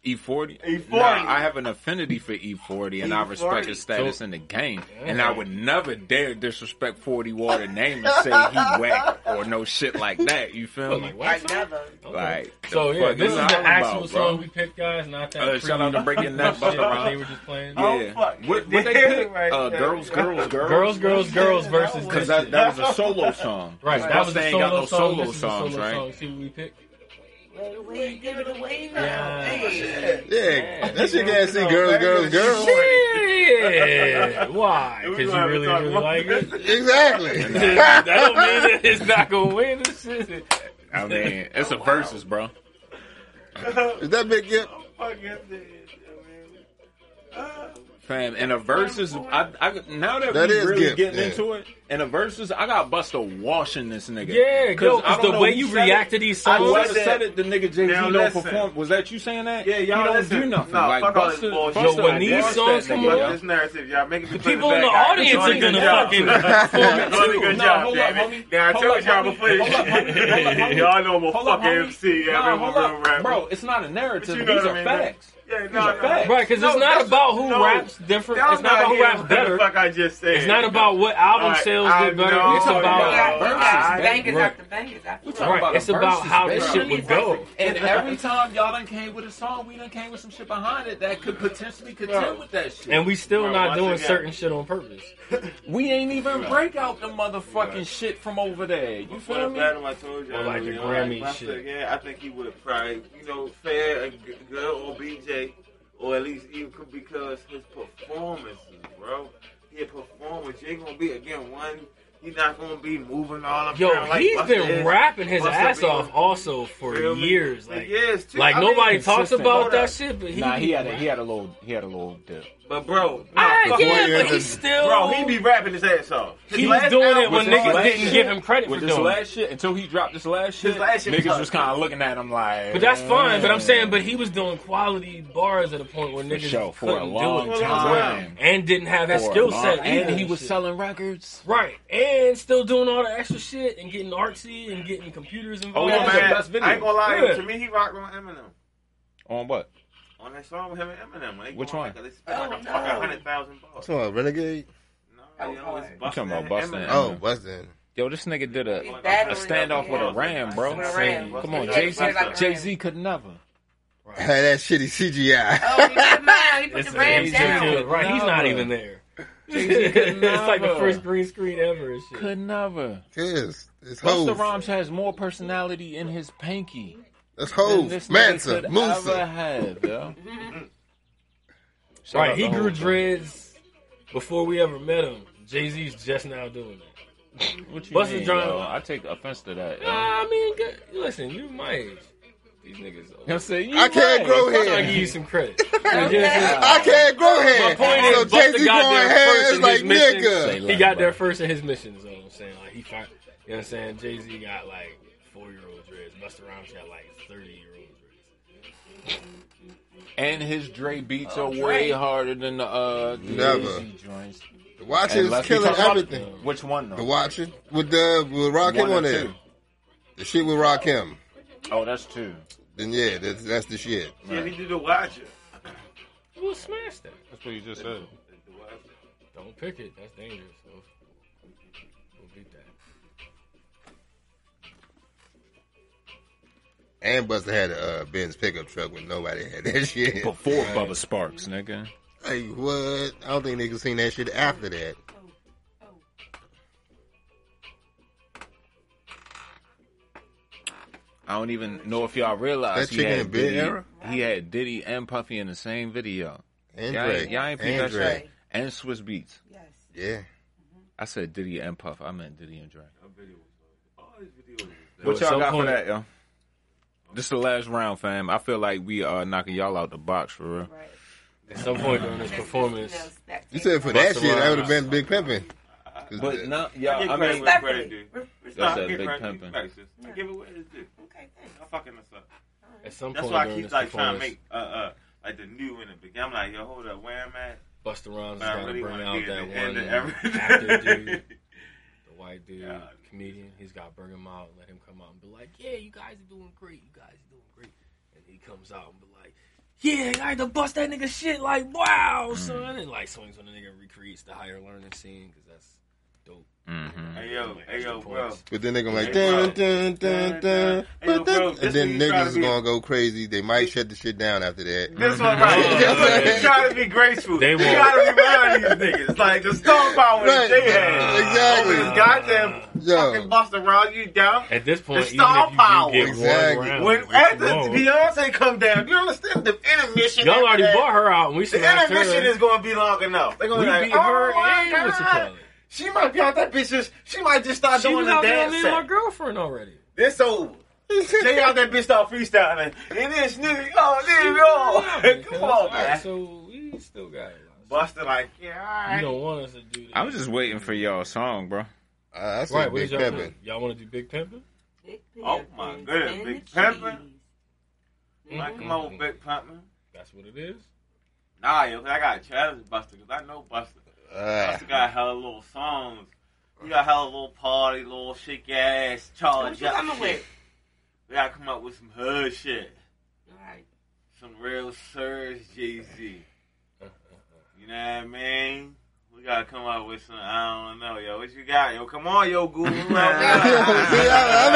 E40.
E
E40.
E Nah, I have an affinity for E40, and I respect his status in the game. And I would never dare disrespect 40 Water name and say he whack or no shit like that. You feel me?
like what?
I never.
Like, the
So yeah,
fuck
this is
I'm
the
about,
actual
bro.
song we picked, guys. Not that.
Uh, shout out to
prelude
Break Your Neck,
shit
Busta
that they
Rhymes.
were just playing.
Yeah.
Oh, fuck.
What, what they pick?
Right
uh,
there.
girls, girls, girls.
Girls, girls, girls versus
Because
this
that,
shit.
that was a solo song.
right, that was
They
a
ain't
solo
got no
song.
solo
this is a solo
songs, right?
song. See what we picked?
Wait, wait, give it away now.
Yeah.
Hey.
Yeah, that shit can't see girls, girls, girls.
Yeah. Why?
We
Because you
gonna
really,
have to
really
talk
like
about
it.
Exactly.
that don't mean that it's not gonna win. This shit.
I mean, it's a versus, bro.
Is that big gift?
Fuck it, dude. I mean, uh,
Fam, and a versus, I, I, now that,
That
we
is
really
gift,
getting
yeah.
into it, and a versus, I got Busta washing this nigga.
Yeah, yo,
I
cause
don't
the
know
way
who
you
said it.
react to these
I would
songs,
have said it. The nigga Jay Z
Now
don't
listen.
perform. Was that you saying that?
Yeah, y'all
He don't
listen.
do nothing.
Nah,
like
fuck all this
Busta-
bullshit.
Busta
Yo, when these
washed that
songs come
nigga,
on-
yo.
fuck this narrative, y'all making me
people in the audience are gonna fucking perform
Doing
it
a
too.
good
Nah,
job,
hold
damn
up,
it.
homie.
Now I
Hold
told
up,
y'all
homie.
before this
Hold up, homie. Hold up,
shit.
homie.
Y'all know I'm a
Hold up,
fucking
homie.
MC.
Nah,
Yeah,
hold
real
up.
rap.
Bro, it's not a
But
narrative.
you
These
know what
are
I mean,
facts.
man. Yeah,
These
no,
are
no.
facts.
Right, because it's not
that's-
about who
no.
raps different.
Y'all
It's not about who
hearing
raps
what the
better.
Fuck I just said.
It's not about what album
Alright,
sales
I
did better.
know,
It's
I
Oh,
about
yeah.
versus,
yeah,
baby.
bangers
Right.
after bangers after
talking
bangers.
about
right. It's
a
about
versus,
how
baby.
this shit would go.
And every time y'all done came with a song, we done came with some shit behind it that could potentially contend with that shit.
And we still
Right,
not
once
doing
again.
certain shit on purpose.
we ain't even break out the motherfucking shit from over there. You
What
feel
I'm
me?
glad I told y'all.
Or like the
you know, like,
Grammy
my
shit.
stuff, Yeah, I think he would have probably, you know, fair a g- girl or BJ, or at least even could- because his performances, bro. His performance, you ain't gonna be again one. He not gonna be moving all up.
Yo,
around like
he's
Busta
been
is.
rapping his
Busta
ass
been-
off also for
Feel me?
years.
For
Like,
years, too.
like
I mean,
nobody talks
consistent.
about
Hold
that
up.
shit, but he.
Nah, he
be
had a he
rapping.
had a little he had a little dip.
But bro, no,
Ah,
fuck
Four
yeah,
years
but he
of-
still.
Bro, he be rapping his ass off. His
He was
last
doing it
album-
when
With his
niggas
last
didn't
shit-
give him credit for
With this
doing it.
last shit, until he dropped this last shit,
His last shit was
niggas
tough.
was kind of looking at him like.
But that's fine. But I'm saying, but he was doing quality bars at a point where
for
niggas
sure for a
couldn't
long
do it,
time.
and didn't have that
For a
skill
long-
set. either
and he
and
was
shit.
selling records.
Right, and still doing all the extra shit and getting artsy and getting computers
Oh,
involved.
yeah,
Oh, man.
best video.
I ain't gonna lie,
Yeah.
to me, he rocked on Eminem.
On what?
On that song with him and Eminem. They
Which
going
one?
Like, they spent like
Oh,
a
no.
fucking hundred thousand bucks.
What's on, Renegade?
No, you know, it's
You
Busta
talking about
and
Busta
Eminem.
and
Oh, what's that?
Yo, this nigga did a
He's
a
battling
standoff
him,
with
yeah.
a ram, bro.
With a
ram.
Come on,
Yeah,
Jay Z.
like a ram.
Jay Z could never.
Had that shitty CGI.
Oh, he put, mine, he put
It's
the ram
he's
down.
just- right, he's not
Never.
even there.
Jay-Z could
it's like the
never.
first green screen ever and shit.
Could never.
Yes, it's
Busta
Hove.
Rhymes has more personality in his pinky
That's
than
Hove.
this nigga
Mansa.
could ever
Musa.
have, yo. Shout out
Right, he
to
grew
Hov.
dreads before we ever met him. Jay Z's just now doing it.
What you
Busta
mean,
Rhymes-
yo? I take offense to that.
Nah,
Yo.
I mean, good. listen, you my age. These niggas. old.
I'm saying, you
I can't
right.
grow
I give
hair.
you some credit.
I can't grow hair.
point is,
So
Busta
Jay Z growing
got there first
hair is
in
like
his mission.
Say
nigga.
less,
he got
bro.
there first in his mission. Is all I'm saying. Like he, fi- you know what I'm saying. Jay Z got like four year old dreads. Busta Rhymes got like thirty year old dreads.
And his Dre beats are way harder than the uh the
Never.
Yeezy joints.
The watcher is
let's be
killing
talking about-
everything.
Which one though?
The watcher with the with Rock
One
Him
or
on there.
two?
The shit with Rock Him.
Oh, that's two.
Then yeah, that's that's the shit.
Yeah, he did the Watcher.
We'll smash that.
That's what you just said.
The Watcher.
Don't pick it. That's dangerous. So we'll beat that.
And Buster had a uh, Ben's pickup truck when nobody had that shit.
Before Bubba Sparks, nigga.
Like what? I don't think niggas seen that shit after that.
I don't even know if y'all realize
That
he
chicken
had
and Ben
Diddy,
era?
he had Diddy and Puffy in the same video.
And
Y'all,
Drake.
ain't- y'all ain't peep
and
that
Drake.
shit. And Swiss Beats.
Yes.
Yeah.
I said Diddy and Puff. I meant Diddy and Dre.
That video was like, all these videos. was
What
at
y'all
some
got
point-
for that, yo? This the last round, fam. I feel like we are knocking y'all out the box for real.
Right.
At some point during this performance,
You said for that shit, that would have been big pimping.
But no,
I
y'all.
give
I
credit
mean,
where
mean-
credit due.
That's
I
that
give
big
credit-
pimpin'.
right, sis. I give it what it's due.
Okay, thanks.
I'm fucking this up.
at some
That's
point
why I
during
keep
this
like trying to
performance,
make uh uh like the new and the big. I'm like, yo, hold up, where I'm at.
Buster Rhymes
But I
has got to
really
bring
wanna
out
be
that
in the end
one
of
uh,
everything.
actor dude, the white dude,
Yeah.
comedian. He's got to bring him out and let him come out and be like, "Yeah, you guys are doing great. You guys are doing great." And he comes out and be like, "Yeah, I had to bust that nigga shit like wow, son," and like swings on the nigga and recreates the higher learning scene because that's dope.
Mm-hmm.
mhm.
Hey yo,
Like,
hey yo,
extra
bro.
points.
But then they're gonna like
Hey, bro.
dun dun dun dun.
Hey, yo,
But then-
bro, this
and then
nigga trying
niggas
to
is
be-
gonna go crazy. They might shut the shit down after that.
This one right here. Look, you gotta be graceful.
They
you
won't.
gotta remind these niggas. Like, the stone power that
Right.
they had.
Exactly.
Over this goddamn
Yo.
fucking Buster Rhymes, you down.
At this point,
The
even
star
if you
power.
do get
Exactly.
one round,
When
which you
after
won't,
Beyonce come down, you understand the intermission.
y'all already
after that,
bought her out, and we
The
smacked her.
intermission is gonna be long enough. They're gonna
we
be like,
beat
oh
her
my
and
God.
what you call it.
She might be out that bitch. She might just start
She
doing
was
the
out there
dance.
with
set.
my girlfriend already.
This over. They out that bitch start freestyling. And this nigga, oh, there you go. Come on, man.
So we still got it.
Buster like, yeah,
You
all right.
don't want us to do this.
I'm just waiting for y'all song, bro.
Uh, I, I said
right. What
big
is y'all
pimping.
doing? Y'all want to do big pimpin'?
Oh, my goodness, Big Pimpin'?
Mm-hmm.
Like, come on, Big Pimpin'.
That's what it is.
Nah, yo, 'cause I got to challenge Buster because I know Buster.
Ah,
Buster got hella little songs. You got hella little party, little shake ass,
What
charge
you
up
coming
shit.
with?
We got to come up with some hood shit.
Alright.
Some real Surge Jay Z. You know what I mean? We gotta come up with some. I don't know, yo. What you got, yo? Come on, yo, guru.
See, I- I've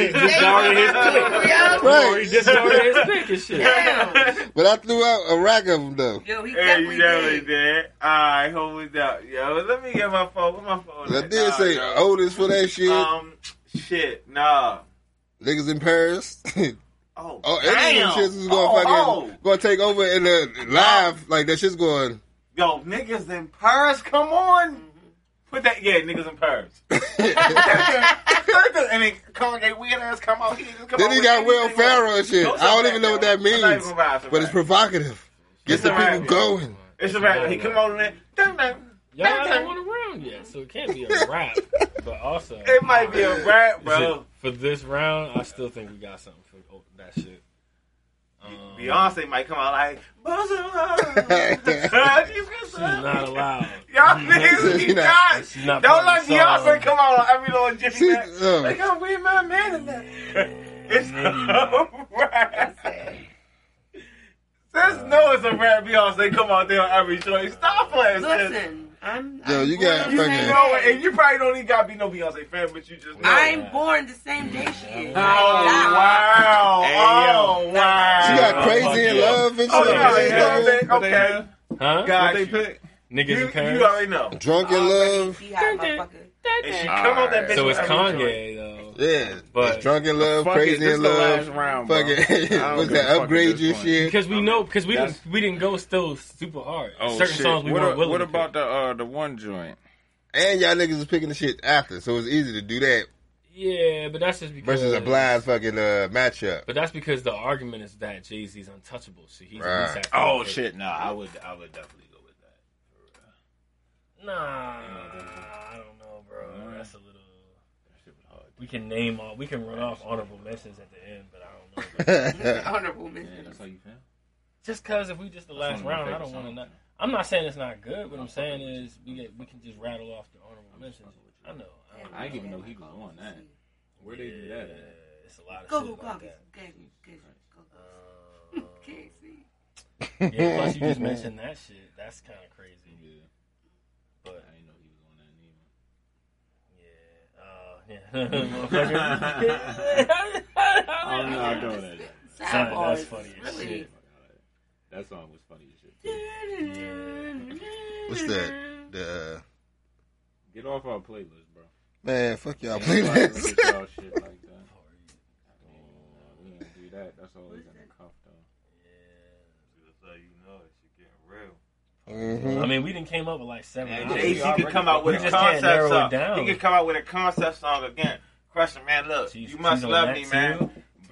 been throwing
You already
out shit.
discarded his pick. You already
Right.
discarded his pick and shit.
Damn.
But I threw out a rack of them though.
Yo, he
Hey, you
definitely
definitely
did.
did. All right, hold it up, yo. Let me get my phone. Where my phone?
'Cause I
at?
did
Nah,
say oh,
yo.
Otis for that shit.
Um, shit, nah.
Niggas in Paris.
Oh,
oh, any of
damn.
them shits is gonna
oh,
fucking
oh.
gonna take over in the live. Like that shit's going.
Yo, niggas in Paris, come on. Put that, yeah, niggas in Paris. and then Kanye weird ass come out here. Just come
Then
out
he
with
got Will
anything.
Ferrell and shit.
Don't
I don't
say
even know what
yo.
that
I'm not even
means,
gonna rise to
but it's
that.
provocative. Gets the
It's a
people
rap.
going.
It's a rap.
Oh,
He come on in. Dun, dun.
Y'all haven't won a round yet, so it can't be a wrap. But also,
It might be a rap, bro.
For this round, I still think we got something for oh, that shit. Um,
Beyonce might come out like,
She's not
not
allowed.
Y'all niggas
She's
be
not-
not.
she's not
Don't let
part of the
Beyonce
song.
come out on every little jiffy
See,
man.
uh,
They gonna be my man in that. It's a rap. Sis know it's a rap Beyonce come out there on every joint. Stop playing, sis.
Listen, I'm.
Yo,
I'm
you got
born
You
the
fucking-
same
know,
day.
and you probably don't even gotta be no Beyonce fan, but you just know.
I'm born the same day she is.
Oh wow! oh wow!
she got crazy in love and shit.
Oh, sorry,
Yeah.
okay, okay.
Huh?
Got
What they
you.
pick?
Niggas
You,
in Paris.
you already know.
Drunk in
Oh,
love.
See how motherfucker.
And she come on that bitch.
so it's
with every joint.
Kanye though.
Yeah.
But-
It's drunk in love,
Fuck it,
crazy
this
in
the
love.
last round, bro.
Fuck it.
I don't
What's
give a
that?
fuck at
Upgrade
this
your
point.
shit.
Because we know, because we didn't,
That's-
we didn't go still super hard.
Oh
Certain
shit!
songs we
what,
weren't
a-
willing.
what
to.
about the uh, the one joint?
And y'all niggas is picking the shit after, so it's easy to do that
Yeah, but that's just because
versus a blind fucking uh, matchup.
But that's because the argument is that Jay Z's untouchable, so he's
Right.
at least
Oh
acting-
shit! Nah, I would I would definitely go with that.
Nah, I don't know, bro. That's a little. We can name all. We can run off honorable mentions at the end, but I don't know.
Honorable mention.
That's how you feel.
just because if we just the last
one of my
round, I
favorite
don't want to.
songs.
Not, I'm not saying it's not good. What I'm saying is we get, we can just rattle off the honorable mentions. I know. I know.
I didn't even know he was on that. Where they do that? At?
It's a lot of
Google
shit like
Goggles.
that.
Google, Google.
Um,
Can't see.
yeah, plus you just mentioned that shit. That's kind of crazy.
Yeah,
But
I didn't know he was on that neither.
uh, yeah,
I don't know. I
uh, yeah.
don't know that.
Sidebar
Sidebar
is
is
funny as
really.
That song was funny as shit.
What's that? The uh,
Get off our playlist, bro.
man, fuck y'all
Ain't nobody gonna
playlist.
get y'all shit like that. I mean, nah, we ain't do that. That's always in the cuff, though.
That's how you know it's getting real.
Mm-hmm.
I mean, we didn't came up with like seven.
And
hours.
Jay
We
Z
already-
could come out with
we
a
just can't narrow
concept
it
song.
down.
He could come out with a concept song again. Question, man, look,
She's-
you must
she's on
love
that
me,
too.
man.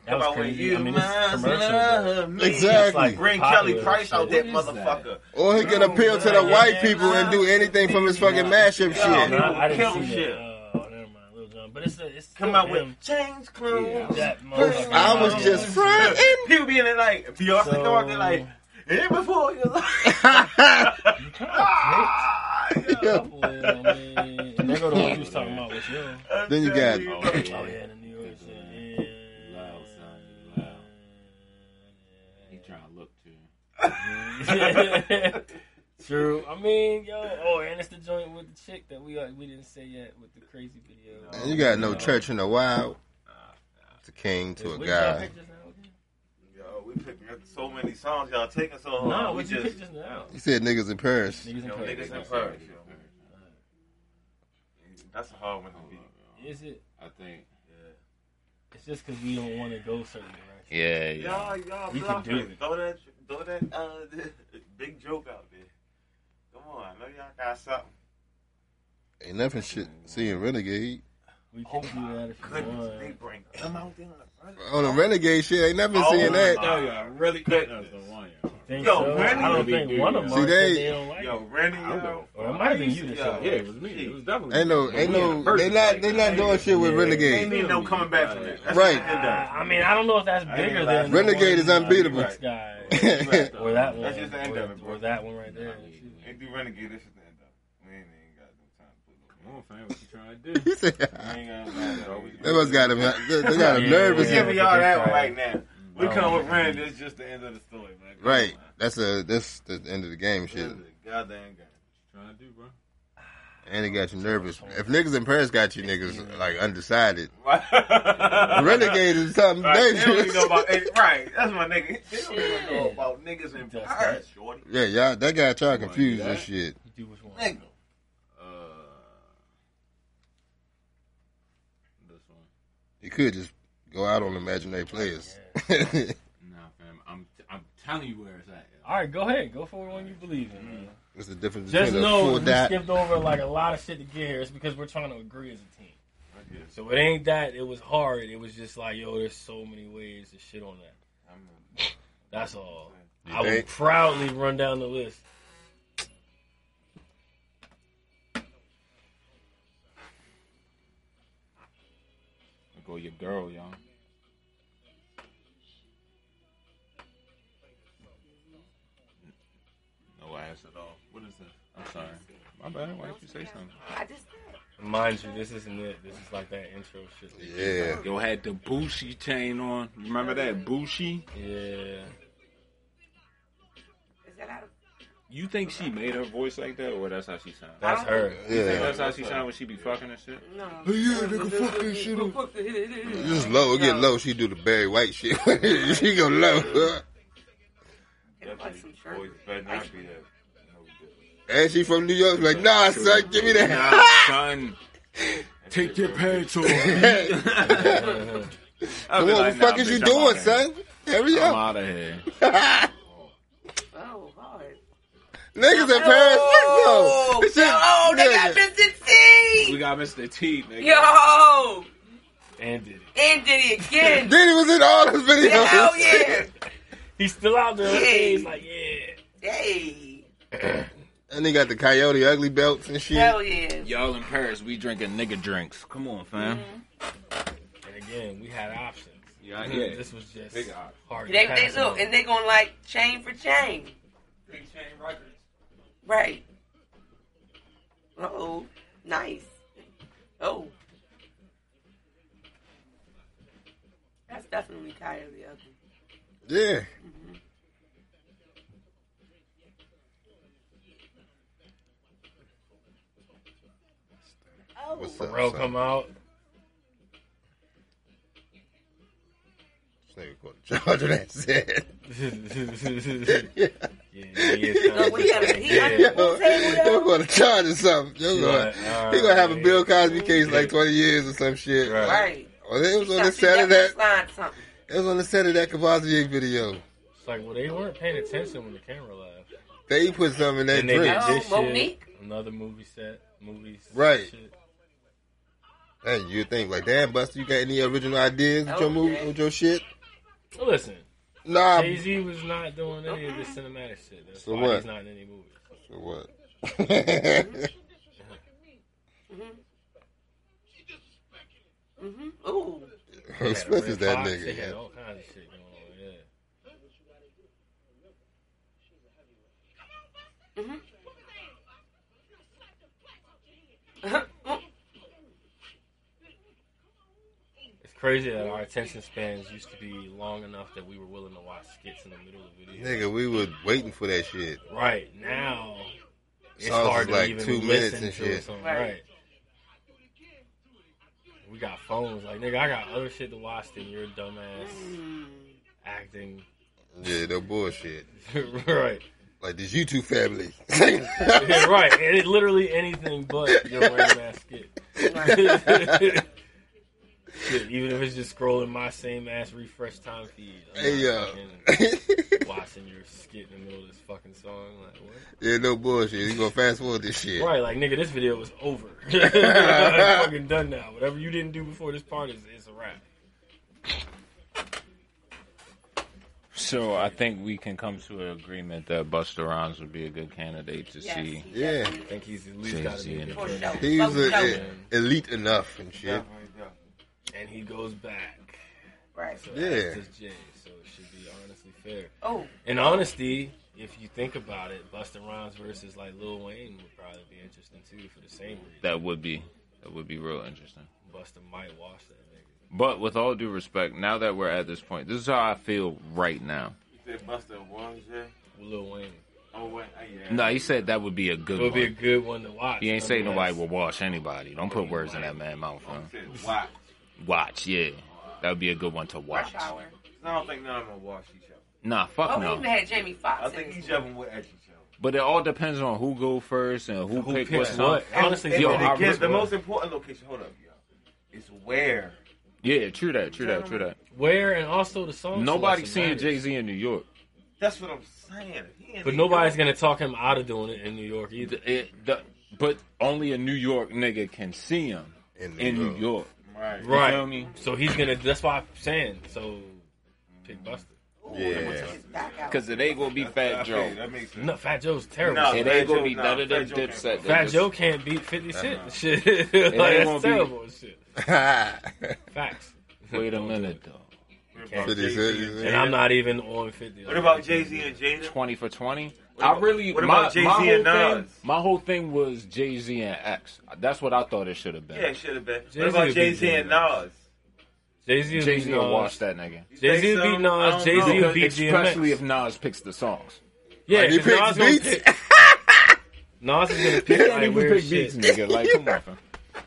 That
Come
was
out with
crazy.
you
I mean, it's
must
commercial,
love me.
Exactly.
It's like
Bring
popular
Kelly Price
shit.
out that
What is that?
motherfucker.
Or he could appeal to the white people and do anything from his fucking mashup
Oh,
shit.
no, I didn't
Kill
see
shit.
that. Oh, never mind, Lil Jon. But it's a, it's
Come
still
out with
him.
James Clown.
that motherfucker.
I was just fronting.
People being there like Beyonce
So-
go out there like hey, before you like
You kind
Ah,
of picked up a little, man. And there go the one you was talking about with you.
Then you got-
Oh, yeah.
Oh yeah, the New York shit. Yeah.
Loud, son, you loud. He trying to look too.
True. I mean, yo. Oh, and it's the joint with the chick that we uh, we didn't say yet with the crazy video.
And you got no church in the wild. It's a king to a
What y'all
guy.
picked just now again?
Yo, we picking up so many songs y'all taking so long.
No,
we
what you
just
picked Oh, just now?
He said niggas in Paris.
Niggas in
yo,
Paris.
niggas in Paris. Yo. That's a hard one to beat.
Is it?
I think.
It's just because we don't want to go certain directions.
Yeah, yeah.
Y'all, y'all,
We can
bluffing.
do it.
Throw that, throw that uh, big joke out there. Come on, I know y'all got something.
Ain't nothing shit seeing Renegade.
We can do that if we
Goodness, they
want.
bring them out there on the front.
On the Renegade shit, ain't nothing seeing that.
Oh, yeah, I really think that's the one, y'all.
Think
Yo,
so.
Randy
I don't
be
think
good,
one of them
yo.
See,
said they,
they-
don't like
Yo,
it.
Randy,
I don't
yo.
know.
Or it might have been you that
Yo,
said
Yeah,
it.
it was me. It was definitely
Ain't no, ain't no. They not, they not doing shit with
Ain't
Renegade.
need no coming back from that. That's
Right.
the end of it.
I mean, I don't know if that's bigger
lie.
than
Renegade
the
is
one,
unbeatable.
uh, guy.
That's
Or that one.
That's just the end
or,
of it, bro.
or that one right there.
Ain't do renegade. This is the end of it. We ain't ain't got no time to put
Come on, fam, what you trying
no.
to do?
he said,
We ain't got no time.
they must got him. They they got him
We
nervous.
giving y'all that one right now. We
Wow.
come with Randy. It's just the end of the story, man. Come
Right.
on, man.
That's a that's the end of the game
This
shit.
is a goddamn game.
Trying to do, bro.
And it got you nervous. If niggas in Paris got you niggas like undecided.
Right.
Renegade is something
Right, they don't even
dangerous.
know about, eh, right, that's my nigga. They don't even know
Shit.
about niggas in
That's
Paris, shorty.
Yeah, y'all that got y'all confused and shit.
Do which one?
Nigga.
Uh, this one.
You could just go out on imaginary players.
Nah, fam, I'm I'm telling you where it's at. yo.
All right, go ahead. Go for the one you believe in. man.
What's the difference
Just
between a
know
full
we
dot?
skipped over like a lot of shit to get here. It's because we're trying to agree as a team. So it ain't that it was hard. It was just like, yo, there's so many ways to shit on that. That's all. I would
think?
proudly run down the list.
Go your girl, y'all.
No ass at all. What is that? I'm sorry. My bad. Why did you say something?
I just
Mind you, this isn't it. This is like that intro shit.
Yeah.
Yo had the Bushi chain on. Remember that Bushi?
Yeah.
is that out of
You think she made her voice like that, or that's how she sounds?
That's her.
Yeah.
That's how she sounds when she be fucking and shit.
no.
yeah, nigga, fuck this shit up.
Fuck the-
Just low, it get low. She do the Barry White shit. she go low,
It was some shirt.
Boys better not be there.
and she from New York. Like, nah, son, give me that.
Ah, son, take your pants off.
Come on, what the fuck is you doing, son? Hurry
I'm
up,
out of here.
Oh, hard.
niggas in Paris. Fuck yo, This shit-
Oh, they got
nigga.
Mr. T.
We got Mr. T, nigga.
Yo,
And did it.
and did it again.
Diddy was in all his videos.
Hell yeah.
He's still out there.
Yeah.
He's like, yeah.
Hey.
And they got the coyote ugly belts and shit.
Hell yeah.
Y'all in Paris, we drinking nigga drinks. Come on, fam.
And again, we had options.
Yeah,
This was just
Big option.
hard. to
They, they
pass
look
on.
and they gonna like chain for chain. Right. Uh oh. Nice. Oh. That's definitely Coyote Ugly.
Yeah. What's up,
Pharrell
son?
come out.
This nigga called Georgia, that's it.
yeah, he is
Oh,
kinda
we got
just
a-
like,
he-
Yo,
yeah.
We'll take it
they're
up.
going to charge or something. Yo,
Right,
gonna,
alright.
they gonna have a Bill Cosby case like 20 years or some shit.
Right.
Right.
Well, it was on the
She
set of that.
definitely signed something.
It was on the set of that Cavazier video.
It's like, well, they weren't paying attention when the camera left.
They put some in that
Then they
drink.
did this
Oh,
shit,
Monique?
Another movie set. Movies.
Right.
Shit.
And you think like, damn, Buster, you got any original ideas with your movie, with your shit?
Listen,
Nah.
Jay Z was not doing any of this cinematic shit. That's
So
why
what?
he's not in any movies.
So what?
Mm-hmm. Ooh.
They had a
Swift is
Red
that
Fox, They
nigga.
had
yeah.
all kinds of shit going on. Yeah. Mm-hmm. It's crazy that our attention spans used to be long enough that we were willing to watch skits in the middle of videos.
Nigga, we were waiting for that shit.
Right now, it's
Songs is
hard to
like
even
two
listen
minutes and
to
shit.
something.
Right.
Right. We got phones. Like nigga, I got other shit to watch than your dumbass acting.
Yeah, the bullshit.
right.
Like this YouTube family.
Yeah, right. And it literally anything but your random ass skit. Shit, even if it's just scrolling my same ass refresh time feed. I'm
hey
not
yo.
fucking Watching your skit in the middle of this fucking song, like what?
yeah, no bullshit. You gonna fast forward this shit.
Right, like nigga, this video is over. It's fucking done now. Whatever you didn't do before this part is is a wrap.
So I think we can come to an agreement that Buster Rhymes would be a good candidate to
Yes.
see.
he
Yeah.
definitely-
I think he's at least got to be,
Jay-Z
a
and
good
For
friend.
sure.
He was
Vote
uh,
no.
elite enough and shit.
and he goes back.
Right.
So
Yeah.
yeah, just Jay. So it should be honestly fair.
Oh,
In honesty, if you think about it, Busta Rhymes versus like Lil Wayne would probably be interesting too for the same reason.
That would be that would be real interesting.
Busta might wash that
But with all due respect, now that we're at this point, this is how I feel right now.
You said Buster One J.
nigga. Lil Wayne.
Oh wait, oh, yeah.
No, he said that would be a
It
good
would
one.
be a good one to watch.
he ain't say nobody
nonetheless.
will wash anybody. Don't put words in that man's mouth. huh?
He said watch.
Watch, yeah. That would be a good one to watch.
rush hour.
I don't think none of them will wash each other.
Nah, fuck
Oh, we
no.
even had Jamie
I
Foxx. in
think
this
each of them will at each other.
But it all depends on who go first and who,
Who
pick
picks
what.
what?
song.
Honestly,
And
yo,
then
I
again,
really
the
would.
most important location. Hold up, y'all. Is where.
Yeah, true that, true that, true that.
Where and also the song.
Nobody's seeing
selection
Jay
matters.
Z in New York.
That's what I'm saying. He ain't
But
even-
nobody's gonna talk him out of doing it in New York either.
The- it- the- but only a New York nigga can see him
In
in New
York.
York.
Right.
You
Right.
feel me?
So he's gonna. That's why I'm saying. So pick Busta.
one. Ooh,
Yeah.
His back out.
Because it ain't gonna be Fat Joe.
That makes sense.
No, Fat Joe's terrible.
No,
It
Fat
ain't gonna
Joe-
be
nah,
none of them
Fat Joe can't
dipset.
Fat
that
Joe
just-
can't beat 50 Cent. and Shit. like,
ain't
that's
gonna be-
terrible. and Shit. Facts.
Wait a minute though.
What about
50
Jay-Z
Cent,
and
you
Jada?
said?
And I'm not even on 50.
What about Jay Z and Jada?
Twenty for twenty.
about-
I really
what
my,
about Jay-Z
my whole
and
thing.
Nas?
My whole thing was Jay Z and X. That's what I thought it should have
Yeah,
been.
it should have been.
Jay-Z
what about
would
Jay
be
Z and
Jada.
Nas?
Jay Z?
Jay Z will wash that nigga.
Jay Z
Think
would
so?
beat
I
Nas.
don't
Jay Z
know.
would beat
especially if
DMX.
Nas picks the songs.
Yeah,
Like, he
'cause
picks
Nas gonna
beats?
pick. Nas is gonna pick like weird shit.
nigga. Like, come on, fam.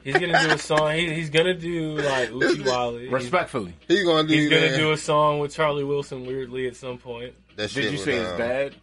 He's gonna do a song. He, he's gonna do like Uchi Wally. He's,
Respectfully,
He gonna do
he's
that.
gonna do a song with Charlie Wilson weirdly at some point.
that shit
did you
was,
say his
um,
dad?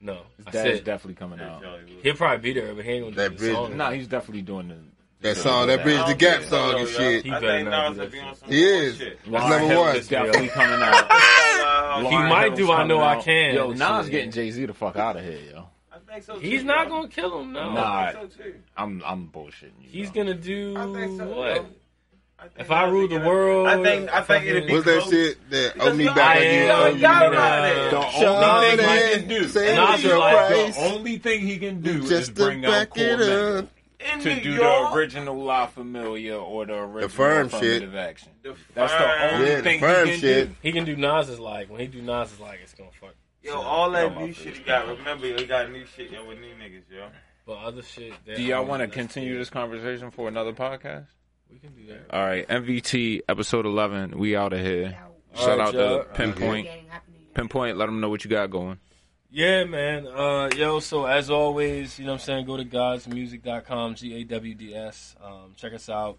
No,
His
I
dad is
said
definitely coming out.
he'll probably be there, but he ain't gonna
That
do the
bridge-
song.
Nah, he's definitely doing the.
That song, that bridge the gap song and shit.
He
I
better
think Nas
not do
will
that
be on
shit.
some
He is.
bullshit.
That's
Lauren
number
Hill
one.
is definitely coming out.
I
Lauren
might
Hill's
do I
coming
Know I
out.
Can.
Yo, Nas
Shit.
getting Jay Z the fuck out of here, yo.
think so.
He's
too,
not
bro.
gonna kill him. No,
Nah.
I think so too.
I'm I'm bullshitting you.
he's
yo.
gonna do
I think so.
what?
bro. think
If I
Nas
rule
will
the
get-
world,
I think I think it'd be
What's that
close.
shit that
Because
owe me
y'all-
back on
I
you?
am
owe me
y'all
back?
not there.
the
Don't-
only thing
Shawty,
he can do.
say
Nas
it your
like,
price.
The only thing he can do is
Just
bring
to
out
back
core
it up.
members
In
to
New
do
York,
the original La Familia or the original
firm
affirmative action.
the
That's the
firm.
only
Yeah, the
thing he
firm
can
shit.
do.
He can do Nas's like when he do Nas's like it's gonna fuck.
Yo, all
Yeah,
that
my
new shit he got. Remember, he got new shit, yo, with new niggas, yo.
But other shit. that-
Do y'all want to
that's
continue
cool.
this conversation for another podcast?
We can do that.
All right, MVT episode eleven. We out of here.
Now,
Shout
All
out
right,
to
y'all.
Pinpoint.
gang, happy New Year.
Pinpoint. Let them know what you got going.
Yeah, man. Uh, yo, so as always, you know what I'm saying, go to godsmusic.com, G A W D S. Um, check us out.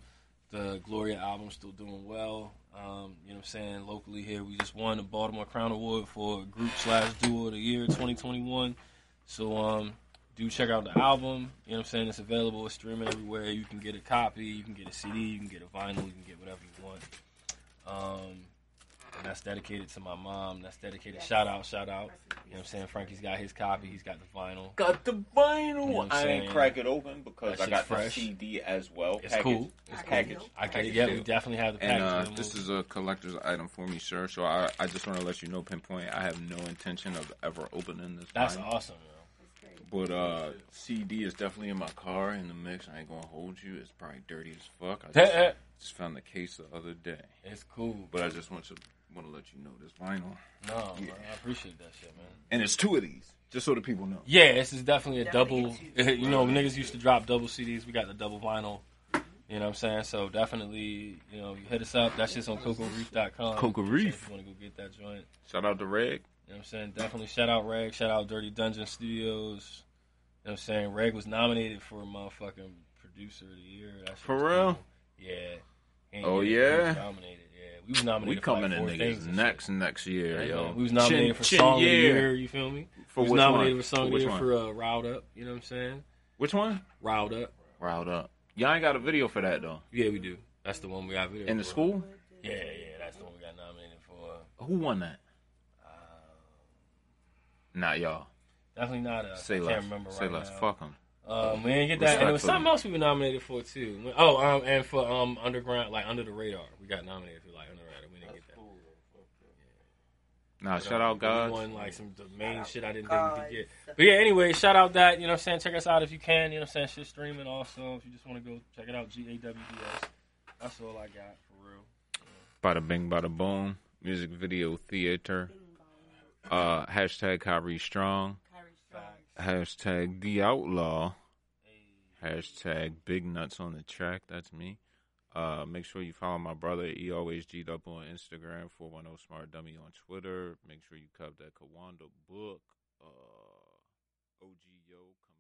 The Gloria album still doing well. Um, you know what I'm saying? Locally here, we just won the Baltimore Crown Award for Group slash Duo of the Year 2021. So um, do check out the album. You know what I'm saying? It's available, it's streaming everywhere. You can get a copy, you can get a CD, you can get a vinyl, you can get whatever you want. Um, And that's dedicated to my mom. That's dedicated. Shout out, shout out. You know what I'm saying? Frankie's got his copy. He's got the vinyl.
Got the vinyl.
You know what I'm
I
saying?
ain't crack it open
That
because I
shit's
got
fresh.
the CD as well.
It's
package.
cool.
It's
cool.
package.
I get it.
package
Yeah, we
deal.
definitely have the
And
package.
uh,
available.
this is a collector's item for me, sir. So I, I just want to let you know, pinpoint. I have no intention of ever opening this.
That's
vinyl.
awesome, yo.
But uh, CD is definitely in my car in the mix. I ain't gonna hold you. It's probably dirty as fuck. I just, just found the case the other day.
it's cool.
But I just want to want to let you know this vinyl.
No, bro, I appreciate that shit, man.
And it's two of these, just so the people know.
Yeah, this is definitely a
Definitely
double. You know, niggas used to drop double CDs. We got the double vinyl. You know what I'm saying? So definitely, you know, you hit us up. That shit's on CocoReef.com.
Coco Reef.
If you want to go get that joint.
Shout out to Reg.
You know what I'm saying? Definitely shout out Reg, shout out Dirty Dungeon Studios. You know what I'm saying? Reg was nominated for motherfucking producer of the year. That shit
For
was
real?
cool. Yeah. He ain't
Oh,
get it, but he was
yeah?
Nominated. Yeah. We was nominated.
We coming
for
in
like four
niggas
things and
next next year,
shit. Yeah,
yo.
man. We was nominated
Chin-
for
chin
song of the year. You feel me?
For
we
which
was nominated
one?
for song
For
of the
which
year
one?
for uh, Riled Up. You know what I'm saying?
Which one?
Riled Up.
Riled up. Y'all ain't got a video for that though.
Yeah, we do. That's the one we got video
In the
for.
school,
Yeah, yeah, that's the one we got nominated for.
who won that?
Uh,
Not y'all.
definitely not a.
Say
I can't
less.
remember
Say
right
less.
now.
Fuck them.
Uh, man, get that. And it was
Respectfully.
something else we were nominated for too. Oh, um, and for um, underground, like under the radar, we got nominated for like under the radar. We didn't get that.
Nah,
But,
shout
um,
out
we
God.
Won like some the main shit I didn't think
Gods.
we could get. But yeah, anyway, shout out that you know what I'm saying. Check us out if you can. You know what I'm saying. Shit streaming also. If you just want to go check it out, G A W D S. That's all I got for real.
Bada bing, bada boom. Music video theater. Uh, hashtag Kyrie Strong.
Kyrie Strong.
Hashtag The Outlaw. Hashtag Big Nuts on the track. That's me. Uh, make sure you follow my brother. E He always G'd up on Instagram. Four one zero Smart Dummy on Twitter. Make sure you cop that Kawanda book. Uh, OG Yo